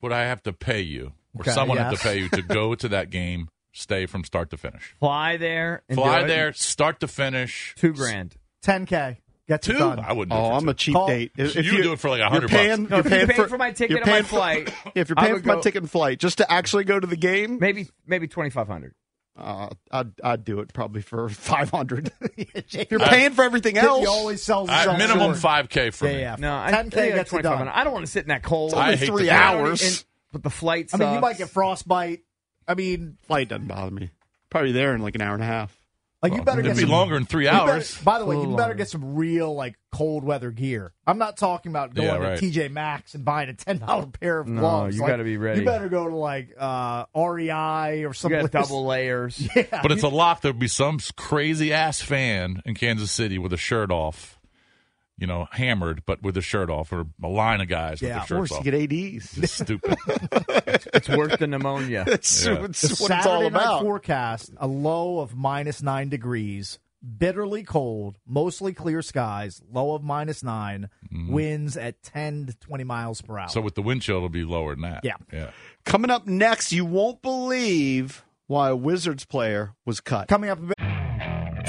Speaker 6: would I have to pay you, or
Speaker 5: Okay,
Speaker 6: someone have
Speaker 5: yeah.
Speaker 6: to pay you to go to that game, stay from start to finish,
Speaker 7: Fly there. And
Speaker 6: fly
Speaker 7: do it.
Speaker 6: there, start to finish,
Speaker 7: Two grand.
Speaker 5: Ten k gets it
Speaker 6: two.
Speaker 5: done.
Speaker 6: I wouldn't. do it
Speaker 4: oh,
Speaker 6: for
Speaker 4: I'm a
Speaker 6: two.
Speaker 4: cheap
Speaker 5: Call-
Speaker 4: date.
Speaker 6: So you do it for like
Speaker 4: you're
Speaker 6: 100 bucks.
Speaker 4: paying-
Speaker 7: No,
Speaker 4: you're
Speaker 7: if you're paying for, my
Speaker 4: you're
Speaker 7: ticket and my
Speaker 4: paying for-
Speaker 7: flight.
Speaker 4: If you're
Speaker 7: I
Speaker 4: paying
Speaker 7: would
Speaker 4: for my
Speaker 7: go-
Speaker 4: ticket and flight, just to actually go to the game,
Speaker 7: Maybe, maybe 2500
Speaker 4: uh, I'd, I'd do it probably for five hundred.
Speaker 5: if
Speaker 4: You're paying for everything else.
Speaker 5: He always sells
Speaker 6: I-
Speaker 5: himself
Speaker 6: minimum
Speaker 5: short.
Speaker 6: five k for
Speaker 5: Yeah,
Speaker 6: me.
Speaker 5: yeah.
Speaker 7: No, I, I
Speaker 5: 10K
Speaker 7: think like
Speaker 5: gets it done.
Speaker 7: 2500 I don't want to sit in that cold.
Speaker 6: I
Speaker 4: only
Speaker 6: hate
Speaker 4: three
Speaker 6: the cold.
Speaker 7: I don't
Speaker 4: hours.
Speaker 7: even- but the flight
Speaker 5: I mean, you might
Speaker 7: sucks.
Speaker 5: get frostbite. I mean,
Speaker 4: Flight doesn't bother me. Probably there in like an hour and a half.
Speaker 5: like you better
Speaker 6: It'd
Speaker 5: get
Speaker 6: be
Speaker 5: some
Speaker 6: longer than three
Speaker 5: You better-
Speaker 6: hours.
Speaker 5: by the way,
Speaker 7: Full
Speaker 5: you better
Speaker 7: on.
Speaker 5: get some real like cold weather gear. I'm not talking about going
Speaker 6: Yeah, right.
Speaker 5: to TJ Maxx and buying a ten dollar pair of
Speaker 7: No,
Speaker 5: gloves.
Speaker 7: you
Speaker 5: Like,
Speaker 7: gotta be ready.
Speaker 5: You better go to like uh, REI or
Speaker 7: You
Speaker 5: something.
Speaker 7: got double layers.
Speaker 6: But it's a lock. There'll be some crazy ass fan in Kansas City with a shirt off, you know, hammered, but with a shirt off, or a line of guys
Speaker 5: Yeah,
Speaker 6: with
Speaker 5: of
Speaker 6: their shirts
Speaker 4: Or
Speaker 6: off.
Speaker 4: you get ADs.
Speaker 6: It's stupid.
Speaker 7: It's worth the pneumonia.
Speaker 4: That's
Speaker 6: Yeah.
Speaker 4: that's
Speaker 5: The
Speaker 4: what
Speaker 5: Saturday
Speaker 4: it's all
Speaker 5: night
Speaker 4: about.
Speaker 5: forecast: a low of minus nine degrees, bitterly cold, mostly clear skies, low of minus nine, winds at ten to twenty miles per hour.
Speaker 6: Mm-hmm. so with the wind chill, it'll be lower than that.
Speaker 5: Yeah.
Speaker 6: yeah.
Speaker 4: Coming up next, you won't believe why a Wizards player was cut.
Speaker 5: coming up. A bit-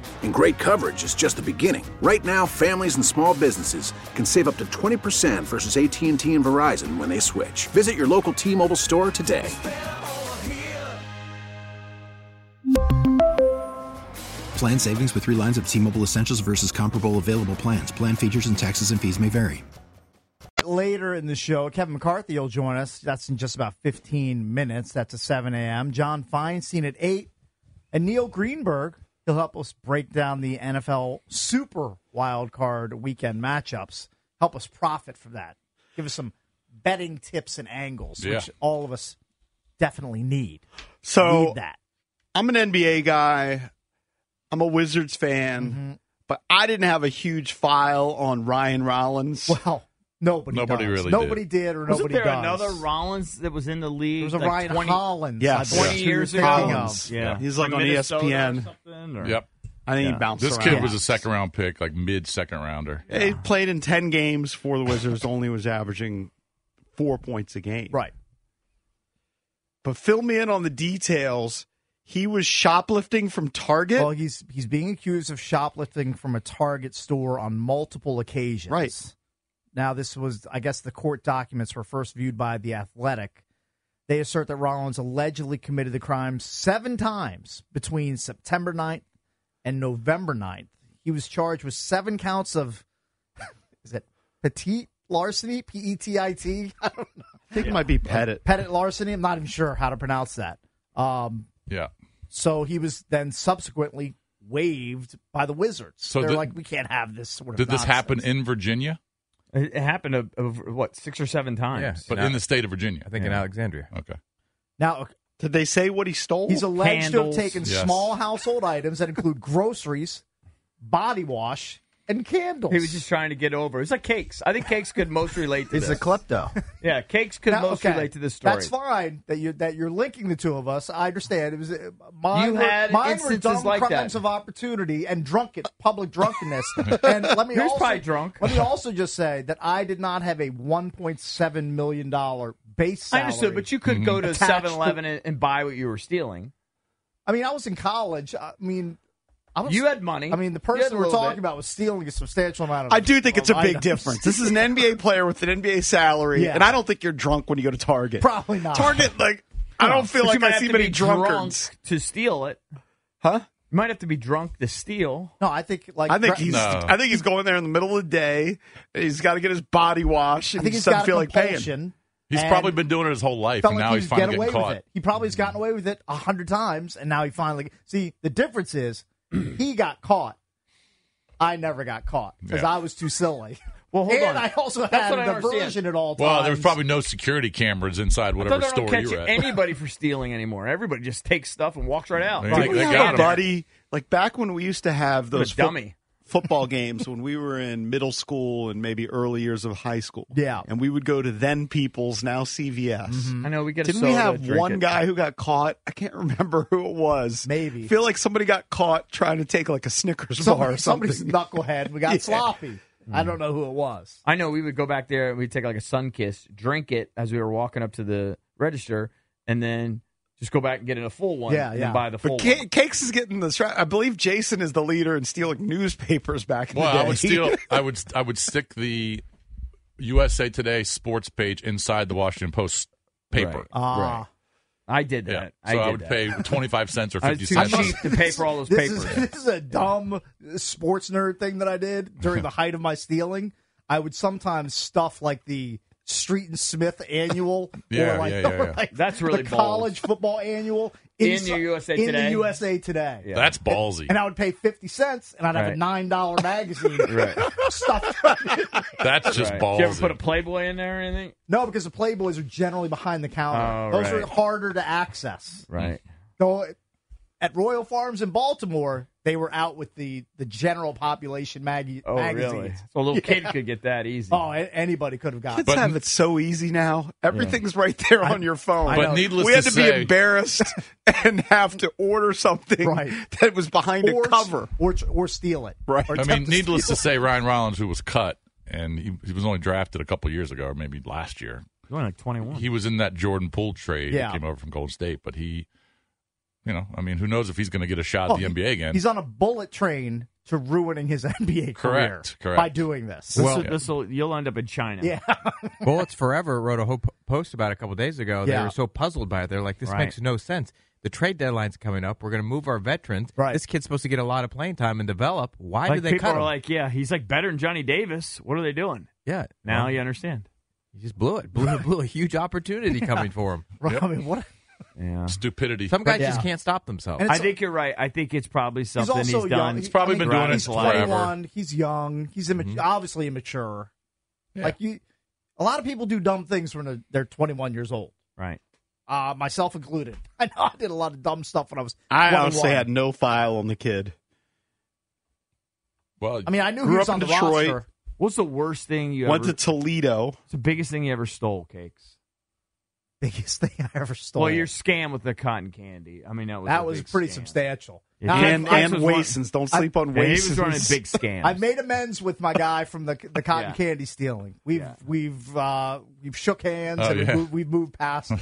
Speaker 11: And great coverage is just the beginning. Right now, families and small businesses can save up to 20% versus AT&T and Verizon when they switch. Visit your local T-Mobile store today.
Speaker 12: Plan savings with three lines of T-Mobile Essentials versus comparable available plans. Plan features and taxes and fees may vary.
Speaker 5: later in the show, Kevin McCarthy will join us. That's in just about 15 minutes. That's at 7 a.m. John Feinstein at 8. And Neil Greenberg, he'll help us break down the NFL Super Wild Card weekend matchups, help us profit from that, give us some betting tips and angles,
Speaker 4: Yeah.
Speaker 5: which all of us definitely need.
Speaker 4: So
Speaker 5: need that.
Speaker 4: I'm an NBA guy. I'm a Wizards fan, but I didn't have a huge file on Ryan Rollins.
Speaker 5: Well, nobody,
Speaker 6: Nobody does. really
Speaker 5: Nobody did, or
Speaker 7: Wasn't
Speaker 5: nobody
Speaker 7: there
Speaker 5: does.
Speaker 7: another Rollins that was in the league?
Speaker 5: There was a
Speaker 7: like
Speaker 5: Ryan
Speaker 7: 20
Speaker 5: Hollins,
Speaker 4: Yeah,
Speaker 7: Yes. 20 years ago.
Speaker 4: Collins.
Speaker 7: Yeah.
Speaker 4: he's like
Speaker 7: From
Speaker 4: on E
Speaker 7: Minnesota or
Speaker 4: ESPN.
Speaker 7: something, or-
Speaker 6: Yep.
Speaker 4: I think he bounced.
Speaker 6: This
Speaker 4: around.
Speaker 6: kid was a second round pick, like mid second rounder.
Speaker 4: He played in ten games for the Wizards, only was averaging four points a game.
Speaker 5: Right.
Speaker 4: But fill me in on the details. He was shoplifting from Target.
Speaker 5: Well, he's he's being accused of shoplifting from a Target store on multiple occasions. Right. Now, this was, I guess, the court documents were first viewed by the Athletic. They assert that Rollins allegedly committed the crime seven times between September 9th and November 9th. He was charged with seven counts of, is it petite larceny? P E T I T? I don't know. I
Speaker 4: think it might be pettit.
Speaker 5: Pettit larceny? I'm not even sure how to pronounce that. Um,
Speaker 6: Yeah.
Speaker 5: so he was then subsequently waived by the Wizards.
Speaker 6: So
Speaker 5: they're
Speaker 6: did-
Speaker 5: like, we can't have this sort of.
Speaker 6: Did this
Speaker 5: nonsense."
Speaker 6: happen in Virginia?
Speaker 7: It happened of, what six or seven times.
Speaker 6: Yeah, but in the state of Virginia. I
Speaker 10: think in
Speaker 6: Alexandria. Okay.
Speaker 5: Now,
Speaker 4: did they say what he stole?
Speaker 5: He's alleged
Speaker 4: Candles.
Speaker 5: to have taken
Speaker 6: Yes.
Speaker 5: small household items that include groceries, body wash, and candles.
Speaker 7: He was just trying to get over. It's like cakes. I think cakes could most relate to
Speaker 5: He's
Speaker 7: this.
Speaker 5: a klepto.
Speaker 7: Yeah, cakes could
Speaker 5: Now,
Speaker 7: most
Speaker 5: okay,
Speaker 7: relate to this story.
Speaker 5: That's fine that you that you're linking the two of us. I understand. It was uh, mine.
Speaker 7: You
Speaker 5: were,
Speaker 7: had
Speaker 5: mine were
Speaker 7: instances
Speaker 5: dumb
Speaker 7: like that.
Speaker 5: crimes of opportunity and drunken public drunkenness. and let me
Speaker 7: He was
Speaker 5: also,
Speaker 7: probably drunk.
Speaker 5: Let me also just say that I did not have a 1.7 million dollar base.
Speaker 7: I
Speaker 5: Salary
Speaker 7: understood, but you could
Speaker 6: Mm-hmm.
Speaker 7: go to
Speaker 5: attached
Speaker 7: 7-Eleven and, and buy what you were stealing.
Speaker 5: I mean, I was in college. I mean, I was,
Speaker 7: You had money.
Speaker 5: I mean, the
Speaker 7: You had
Speaker 5: person
Speaker 7: a
Speaker 5: we're
Speaker 7: little
Speaker 5: talking
Speaker 7: bit.
Speaker 5: about was stealing a substantial amount of.
Speaker 4: I do think it's a
Speaker 5: of
Speaker 4: big
Speaker 5: items.
Speaker 4: difference. This is an NBA player with an NBA salary,
Speaker 5: Yeah.
Speaker 4: and I don't think you're drunk when you go to Target.
Speaker 5: Probably not.
Speaker 4: Target, like, I don't feel
Speaker 7: But you
Speaker 4: like
Speaker 7: might
Speaker 4: I
Speaker 7: have
Speaker 4: see
Speaker 7: to
Speaker 4: many
Speaker 7: be
Speaker 4: drunkards.
Speaker 7: drunk to steal it.
Speaker 4: Huh?
Speaker 7: You might have to be drunk to steal.
Speaker 5: No, I think like
Speaker 4: I think he's.
Speaker 6: No.
Speaker 4: I think he's going there in the middle of the day. and He's got to get his body washed.
Speaker 5: I
Speaker 4: And
Speaker 5: think
Speaker 4: he
Speaker 5: he's
Speaker 4: just doesn't
Speaker 5: got a
Speaker 4: feel like paying.
Speaker 5: compulsion
Speaker 6: He's
Speaker 5: and
Speaker 6: probably been doing it his whole life,
Speaker 5: felt
Speaker 6: and
Speaker 5: like
Speaker 6: now
Speaker 5: he
Speaker 6: he's
Speaker 5: could
Speaker 6: finally
Speaker 5: get away
Speaker 6: getting
Speaker 5: with
Speaker 6: caught.
Speaker 5: it. He probably's gotten away with it a hundred times, and now he finally. See, the difference is he got caught. I never got caught because
Speaker 6: Yeah.
Speaker 5: I was too silly.
Speaker 7: Well, hold
Speaker 5: and
Speaker 7: on.
Speaker 5: I also
Speaker 7: That's
Speaker 5: had
Speaker 7: what I
Speaker 5: a
Speaker 7: don't understand.
Speaker 5: diversion at all times.
Speaker 6: Well, there was probably no security cameras inside
Speaker 7: I
Speaker 6: whatever
Speaker 7: thought they
Speaker 6: store
Speaker 7: don't
Speaker 6: you
Speaker 7: catch
Speaker 6: were at.
Speaker 7: anybody for stealing anymore. Everybody just takes stuff and walks right out.
Speaker 6: They-
Speaker 4: Didn't
Speaker 6: they
Speaker 4: we
Speaker 6: got
Speaker 4: have a
Speaker 6: him.
Speaker 4: buddy like back when we used to have
Speaker 7: What a
Speaker 4: those fo-
Speaker 7: dummy.
Speaker 4: football games when we were in middle school and maybe early years of high school.
Speaker 5: Yeah. Mm-hmm.
Speaker 4: and we would go to then People's now CVS.
Speaker 7: I know we get.
Speaker 4: Didn't
Speaker 7: a
Speaker 4: we
Speaker 7: soda,
Speaker 4: have
Speaker 7: drink
Speaker 4: one
Speaker 7: it.
Speaker 4: guy who got caught? I can't remember who it was.
Speaker 5: Maybe.
Speaker 4: feel like somebody got caught trying to take like a Snickers bar or
Speaker 5: Somebody,
Speaker 4: something.
Speaker 5: somebody's knucklehead. We got
Speaker 4: Yeah. Mm.
Speaker 5: sloppy. I don't know who it was.
Speaker 7: I know we would go back there and we'd take like a sun kiss, drink it as we were walking up to the register, and then just go back and get in a full one.
Speaker 5: Yeah,
Speaker 7: and
Speaker 5: yeah.
Speaker 7: then buy the full
Speaker 4: But
Speaker 7: one.
Speaker 4: Ca- Cakes is getting the. Tra- I believe Jason is the leader in stealing newspapers back in
Speaker 6: Well,
Speaker 4: the
Speaker 6: I
Speaker 4: day.
Speaker 6: would steal. I would. I would stick the USA Today sports page inside the Washington Post paper.
Speaker 7: Right.
Speaker 5: Ah.
Speaker 7: I did that.
Speaker 6: Yeah.
Speaker 7: I
Speaker 6: So
Speaker 7: did
Speaker 6: I, would
Speaker 7: that.
Speaker 6: pay twenty five cents or
Speaker 7: I
Speaker 6: fifty
Speaker 7: was too
Speaker 6: cents.
Speaker 7: cheap to pay for all those
Speaker 5: this
Speaker 7: papers.
Speaker 5: Is, this is a dumb sports nerd thing that I did during the height of my stealing. I would sometimes stuff like the Street and Smith annual,
Speaker 6: Yeah,
Speaker 5: or like,
Speaker 6: yeah, yeah, yeah.
Speaker 5: like
Speaker 7: That's really
Speaker 5: the
Speaker 7: bold.
Speaker 5: college football annual
Speaker 7: In
Speaker 5: inside-
Speaker 7: the USA
Speaker 5: in
Speaker 7: Today?
Speaker 5: the USA Today.
Speaker 7: Yeah.
Speaker 6: That's ballsy.
Speaker 5: And I would pay fifty cents, and I'd have a
Speaker 7: Right.
Speaker 5: nine dollar magazine
Speaker 7: Right.
Speaker 5: stuffed.
Speaker 6: That's just
Speaker 7: Right. Did
Speaker 6: ballsy.
Speaker 7: you ever put a Playboy in there or anything?
Speaker 5: No, because the Playboys are generally behind the counter;
Speaker 7: Oh,
Speaker 5: those
Speaker 7: right.
Speaker 5: are harder to access.
Speaker 7: Right.
Speaker 5: So at Royal Farms in Baltimore, they were out with the the general population mag-
Speaker 7: Oh,
Speaker 5: magazines.
Speaker 7: really? So a little kid could get that easy.
Speaker 5: Oh, a- anybody could have
Speaker 4: Kids
Speaker 5: gotten.
Speaker 6: But-
Speaker 4: have it so easy now. Everything's right there on your phone.
Speaker 6: But needless
Speaker 4: we had
Speaker 6: to
Speaker 4: to,
Speaker 6: say-
Speaker 4: be embarrassed and have to order something
Speaker 5: Right.
Speaker 4: that was behind a cover.
Speaker 5: or or steal it.
Speaker 4: Right.
Speaker 5: Or
Speaker 6: I mean,
Speaker 5: attempt to
Speaker 6: needless
Speaker 5: steal
Speaker 6: to say, Ryan Rollins, who was cut, and he, he was only drafted a couple years ago, or maybe last year.
Speaker 7: You're only like 21.
Speaker 6: He was in that Jordan Poole trade
Speaker 5: Yeah.
Speaker 6: that came over from Golden State, but he, you know, I mean, who knows if he's going to get a shot
Speaker 5: it.
Speaker 6: at the NBA again?
Speaker 5: Oh, He's on a bullet train to ruining his NBA career.
Speaker 6: Correct, correct.
Speaker 5: By doing this.
Speaker 10: Well-
Speaker 7: this will you'll end up in China.
Speaker 5: yeah.
Speaker 10: Bullets Forever wrote a whole po- post about it a couple days ago. They
Speaker 5: Yeah.
Speaker 10: were so puzzled by it. They're like, this
Speaker 7: Right.
Speaker 10: makes no sense. The trade deadline's coming up. We're going to move our veterans.
Speaker 5: Right.
Speaker 10: This kid's supposed to get a lot of playing time and develop. Why
Speaker 7: like
Speaker 10: did they
Speaker 7: people
Speaker 10: cut
Speaker 7: are
Speaker 10: him?
Speaker 7: like, yeah, he's like better than Johnny Davis. What are they doing?
Speaker 10: yeah.
Speaker 7: Now
Speaker 10: Well,
Speaker 7: you understand.
Speaker 10: He just blew it. Blew, blew a huge opportunity coming for him.
Speaker 5: Right, I mean, what?
Speaker 7: Yeah.
Speaker 6: Stupidity.
Speaker 10: Some guys just can't stop themselves.
Speaker 7: I think you're right. I think it's probably something he's,
Speaker 5: also
Speaker 7: done.
Speaker 5: young. He- I mean,
Speaker 7: throughout
Speaker 5: he's
Speaker 7: his life.
Speaker 5: 21, He's young. He's imma-
Speaker 6: Mm-hmm.
Speaker 5: obviously immature. Like you, a lot of people do dumb things when they're- they're 21 years old.
Speaker 7: Right.
Speaker 5: Uh, myself included. I know I did a lot of dumb stuff when I was.
Speaker 4: I
Speaker 5: 21.
Speaker 4: honestly had no file on the kid.
Speaker 6: Well,
Speaker 5: I mean, I knew he was on the roster.
Speaker 7: What's the worst thing you
Speaker 4: Went
Speaker 7: ever?
Speaker 4: to Toledo.
Speaker 7: It's the biggest thing you ever stole, cakes.
Speaker 5: Biggest thing I ever stole.
Speaker 7: Well, your scam with the cotton candy. I mean, that was
Speaker 5: that
Speaker 7: a
Speaker 5: was
Speaker 7: big
Speaker 5: pretty
Speaker 7: scam.
Speaker 5: substantial.
Speaker 7: Yeah,
Speaker 5: Now,
Speaker 7: and-
Speaker 5: I've-
Speaker 7: and
Speaker 5: I've-
Speaker 7: Wasons. Don't
Speaker 5: I-
Speaker 7: sleep on Yeah, he was Wasons. running big scams.
Speaker 5: I've made amends with my guy from the the cotton
Speaker 7: Yeah.
Speaker 5: candy stealing. We've we've uh, we've shook hands
Speaker 4: Oh,
Speaker 5: and
Speaker 4: yeah.
Speaker 5: we've, moved, we've moved past. it.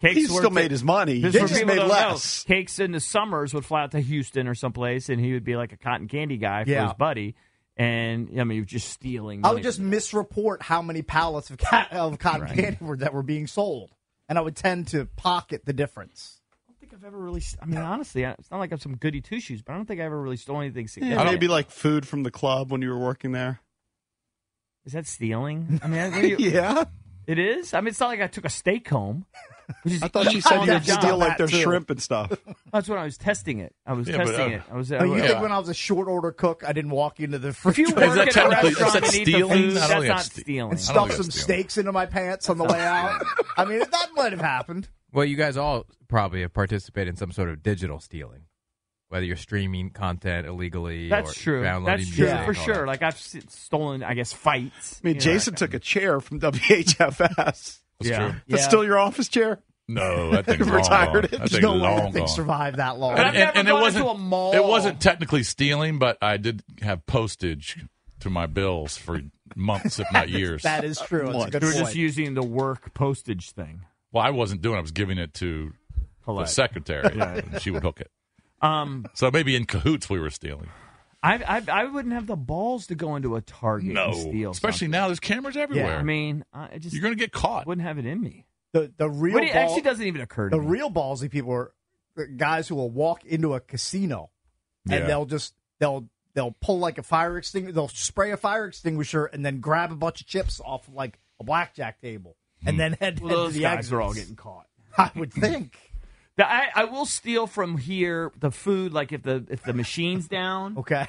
Speaker 7: Cakes
Speaker 4: He still
Speaker 7: worked
Speaker 4: made
Speaker 7: at-
Speaker 4: his money.
Speaker 7: This
Speaker 4: He
Speaker 7: is for
Speaker 4: just
Speaker 7: people
Speaker 4: made
Speaker 7: that don't
Speaker 4: less.
Speaker 7: know. Cakes in the summers would fly out to Houston or someplace, and he would be like a cotton candy guy for
Speaker 5: Yeah.
Speaker 7: his buddy. And I mean, he was just stealing.
Speaker 5: I
Speaker 7: Money.
Speaker 5: would just misreport how many pallets of, ca- of cotton candy were that were being sold, and I would tend to pocket the difference.
Speaker 7: I don't think I've ever really. I mean, honestly, I- it's not like I'm some goody two shoes, but I don't think I ever really stole anything
Speaker 4: Yeah,
Speaker 7: significant.
Speaker 4: maybe like food from the club when you were working there.
Speaker 7: Is that stealing? I mean, I- what do you-
Speaker 4: yeah,
Speaker 7: it is. I mean, it's not like I took a steak home.
Speaker 4: I thought you
Speaker 7: Oh,
Speaker 4: said you steal like their shrimp and stuff.
Speaker 7: That's when I was testing it. I was
Speaker 4: Yeah, but,
Speaker 7: testing
Speaker 4: uh,
Speaker 7: it. I was.
Speaker 5: Oh,
Speaker 7: I
Speaker 5: you
Speaker 7: was-
Speaker 5: think when I was a short order cook, I didn't walk into the fridge?
Speaker 7: you
Speaker 5: and-
Speaker 7: work Is that at a technically- is restaurant that and eat the stealing? food, I don't that's think not that's ste-
Speaker 5: And
Speaker 7: stealing. I don't
Speaker 5: stuff
Speaker 7: think
Speaker 5: some
Speaker 7: that's
Speaker 5: steaks into my pants on the way out. I mean, that might have happened.
Speaker 10: Well, you guys all probably have participated in some sort of digital stealing, whether you're streaming content illegally.
Speaker 7: That's
Speaker 10: or
Speaker 7: true.
Speaker 10: Downloading
Speaker 7: That's true
Speaker 10: music,
Speaker 7: for
Speaker 10: all that.
Speaker 7: sure. Like I've s- stolen, I guess, fights.
Speaker 4: I mean,
Speaker 7: you know,
Speaker 4: Jason took a chair from WHFS. That's
Speaker 7: Yeah. true.
Speaker 4: That's
Speaker 7: Yeah.
Speaker 4: still your office chair?
Speaker 6: No, that thing's long gone.
Speaker 4: retired. it.
Speaker 6: That
Speaker 4: There's
Speaker 6: thing's
Speaker 4: no way
Speaker 6: long
Speaker 4: that thing
Speaker 6: gone.
Speaker 5: survived that long.
Speaker 7: I've never gone
Speaker 6: wasn't.
Speaker 7: into a mall.
Speaker 6: It wasn't technically stealing, but I did have postage to my bills for months, if not years.
Speaker 5: That is true. That's a good
Speaker 7: You were just
Speaker 5: point.
Speaker 7: using the work postage thing.
Speaker 6: Well, I wasn't doing. it. I was giving it to
Speaker 7: Collect.
Speaker 6: the secretary,
Speaker 7: Yeah.
Speaker 6: and she would hook it.
Speaker 7: Um,
Speaker 6: So maybe in cahoots we were stealing.
Speaker 7: I, I I wouldn't have the balls to go into a Target
Speaker 6: No,
Speaker 7: and steal.
Speaker 6: especially
Speaker 7: something.
Speaker 6: now. There's cameras everywhere.
Speaker 7: I mean, I I just
Speaker 6: You're going to get caught.
Speaker 7: wouldn't have it in me.
Speaker 5: the the real
Speaker 7: But it
Speaker 5: ball-
Speaker 7: actually doesn't even occur to
Speaker 5: the
Speaker 7: me.
Speaker 5: real ballsy people are the guys who will walk into a casino and
Speaker 6: Yeah.
Speaker 5: they'll just they'll they'll pull like a fire extinguisher they'll spray a fire extinguisher and then grab a bunch of chips off of like a blackjack table
Speaker 4: Hmm.
Speaker 5: and then head,
Speaker 7: Well,
Speaker 5: head
Speaker 7: those
Speaker 5: to the
Speaker 7: guys
Speaker 5: exits.
Speaker 7: are all getting caught.
Speaker 5: I would think.
Speaker 7: The- I, I will steal from here the food, like if the if the machine's down,
Speaker 5: Okay.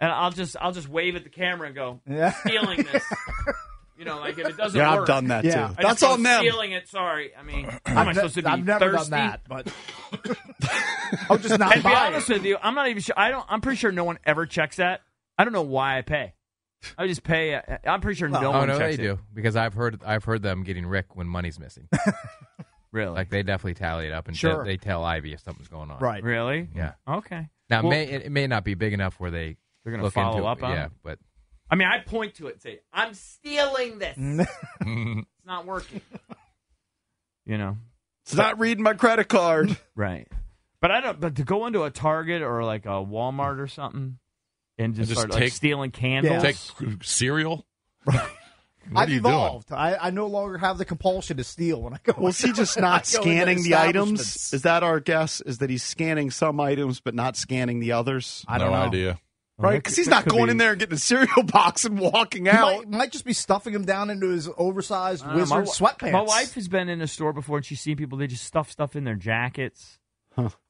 Speaker 7: and I'll just I'll just wave at the camera and go
Speaker 5: Yeah.
Speaker 7: stealing this. you know, like if it doesn't
Speaker 4: Yeah,
Speaker 7: work,
Speaker 4: I've done that
Speaker 5: Yeah.
Speaker 4: too.
Speaker 7: I
Speaker 4: That's
Speaker 7: just go
Speaker 4: on them.
Speaker 7: Stealing it. Sorry, I mean, how am I
Speaker 5: I've
Speaker 7: supposed to
Speaker 5: ne-
Speaker 7: be
Speaker 5: I've never
Speaker 7: thirsty?
Speaker 5: done that, but I'll just not
Speaker 7: And be
Speaker 5: buy
Speaker 7: honest
Speaker 5: it.
Speaker 7: with you, I'm not even sure. I don't. I'm pretty sure no one ever checks that. I don't know why I pay. I just pay. uh, I'm pretty sure no,
Speaker 10: oh
Speaker 7: one
Speaker 10: no, they
Speaker 7: checks it.
Speaker 10: do because I've heard I've heard them getting Rick when money's missing.
Speaker 7: Really?
Speaker 10: like they definitely tally it up and
Speaker 5: Sure.
Speaker 10: they, they tell Ivy if something's going on.
Speaker 5: Right.
Speaker 7: really?
Speaker 10: Yeah.
Speaker 7: Okay.
Speaker 10: Now
Speaker 7: Well,
Speaker 10: may, it, it may not be big enough where they
Speaker 7: They're gonna
Speaker 10: look
Speaker 7: follow
Speaker 10: into
Speaker 7: up
Speaker 10: it.
Speaker 7: on
Speaker 10: yeah,
Speaker 7: it?
Speaker 10: but
Speaker 7: I mean, I point to it and say, "I'm stealing this. it's not working." You know.
Speaker 4: It's not reading my credit card.
Speaker 7: Right. But I don't. But to go into a Target or like a Walmart or something and just,
Speaker 6: just
Speaker 7: start like
Speaker 6: take-
Speaker 7: stealing candles.
Speaker 6: take cereal. what
Speaker 5: I've
Speaker 6: are you
Speaker 5: evolved. I, I no longer have the compulsion to steal when I go.
Speaker 4: Was he just
Speaker 5: when I
Speaker 4: not
Speaker 5: go into
Speaker 4: scanning the items?
Speaker 5: establishments.
Speaker 4: Is that our guess? Is that he's scanning some items but not scanning the others?
Speaker 5: I
Speaker 6: doing?
Speaker 5: don't
Speaker 6: no
Speaker 5: know.
Speaker 6: idea.
Speaker 7: Well,
Speaker 4: Right?
Speaker 7: that
Speaker 4: Because
Speaker 7: could-
Speaker 4: he's
Speaker 7: that
Speaker 4: not
Speaker 7: could
Speaker 4: going
Speaker 7: be-
Speaker 4: in there and getting a cereal box and walking
Speaker 5: He
Speaker 4: out.
Speaker 5: might, might just be stuffing him down into his oversized
Speaker 7: I don't know,
Speaker 5: wizard
Speaker 7: Uh, my wi-
Speaker 5: sweatpants.
Speaker 7: My wife has been in a store before and she's seen people. They just stuff stuff in their jackets.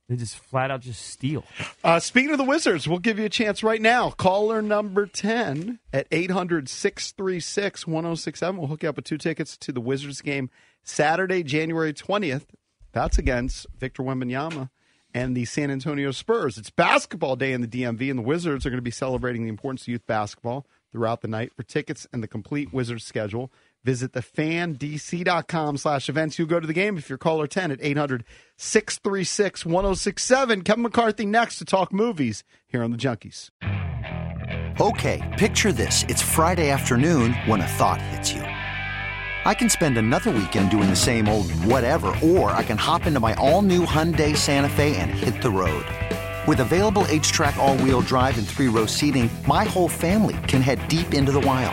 Speaker 7: They just flat out just steal.
Speaker 4: Uh, speaking of the Wizards, we'll give you a chance right now. Caller number 10 at 800 636 1067. We'll hook you up with two tickets to the Wizards game Saturday, January 20th. That's against Victor Wembanyama and the San Antonio Spurs. It's basketball day in the DMV, and the Wizards are going to be celebrating the importance of youth basketball throughout the night. For tickets and the complete Wizards schedule, visit thefandc.com slash events. You'll go to the game if you're caller 10 at 800 636 1067. Kevin McCarthy next to talk movies here on The Junkies.
Speaker 12: Okay, picture this. It's Friday afternoon when a thought hits you. I can spend another weekend doing the same old whatever, or I can hop into my all new Hyundai Santa Fe and hit the road. With available H track, all wheel drive, and three row seating, my whole family can head deep into the wild.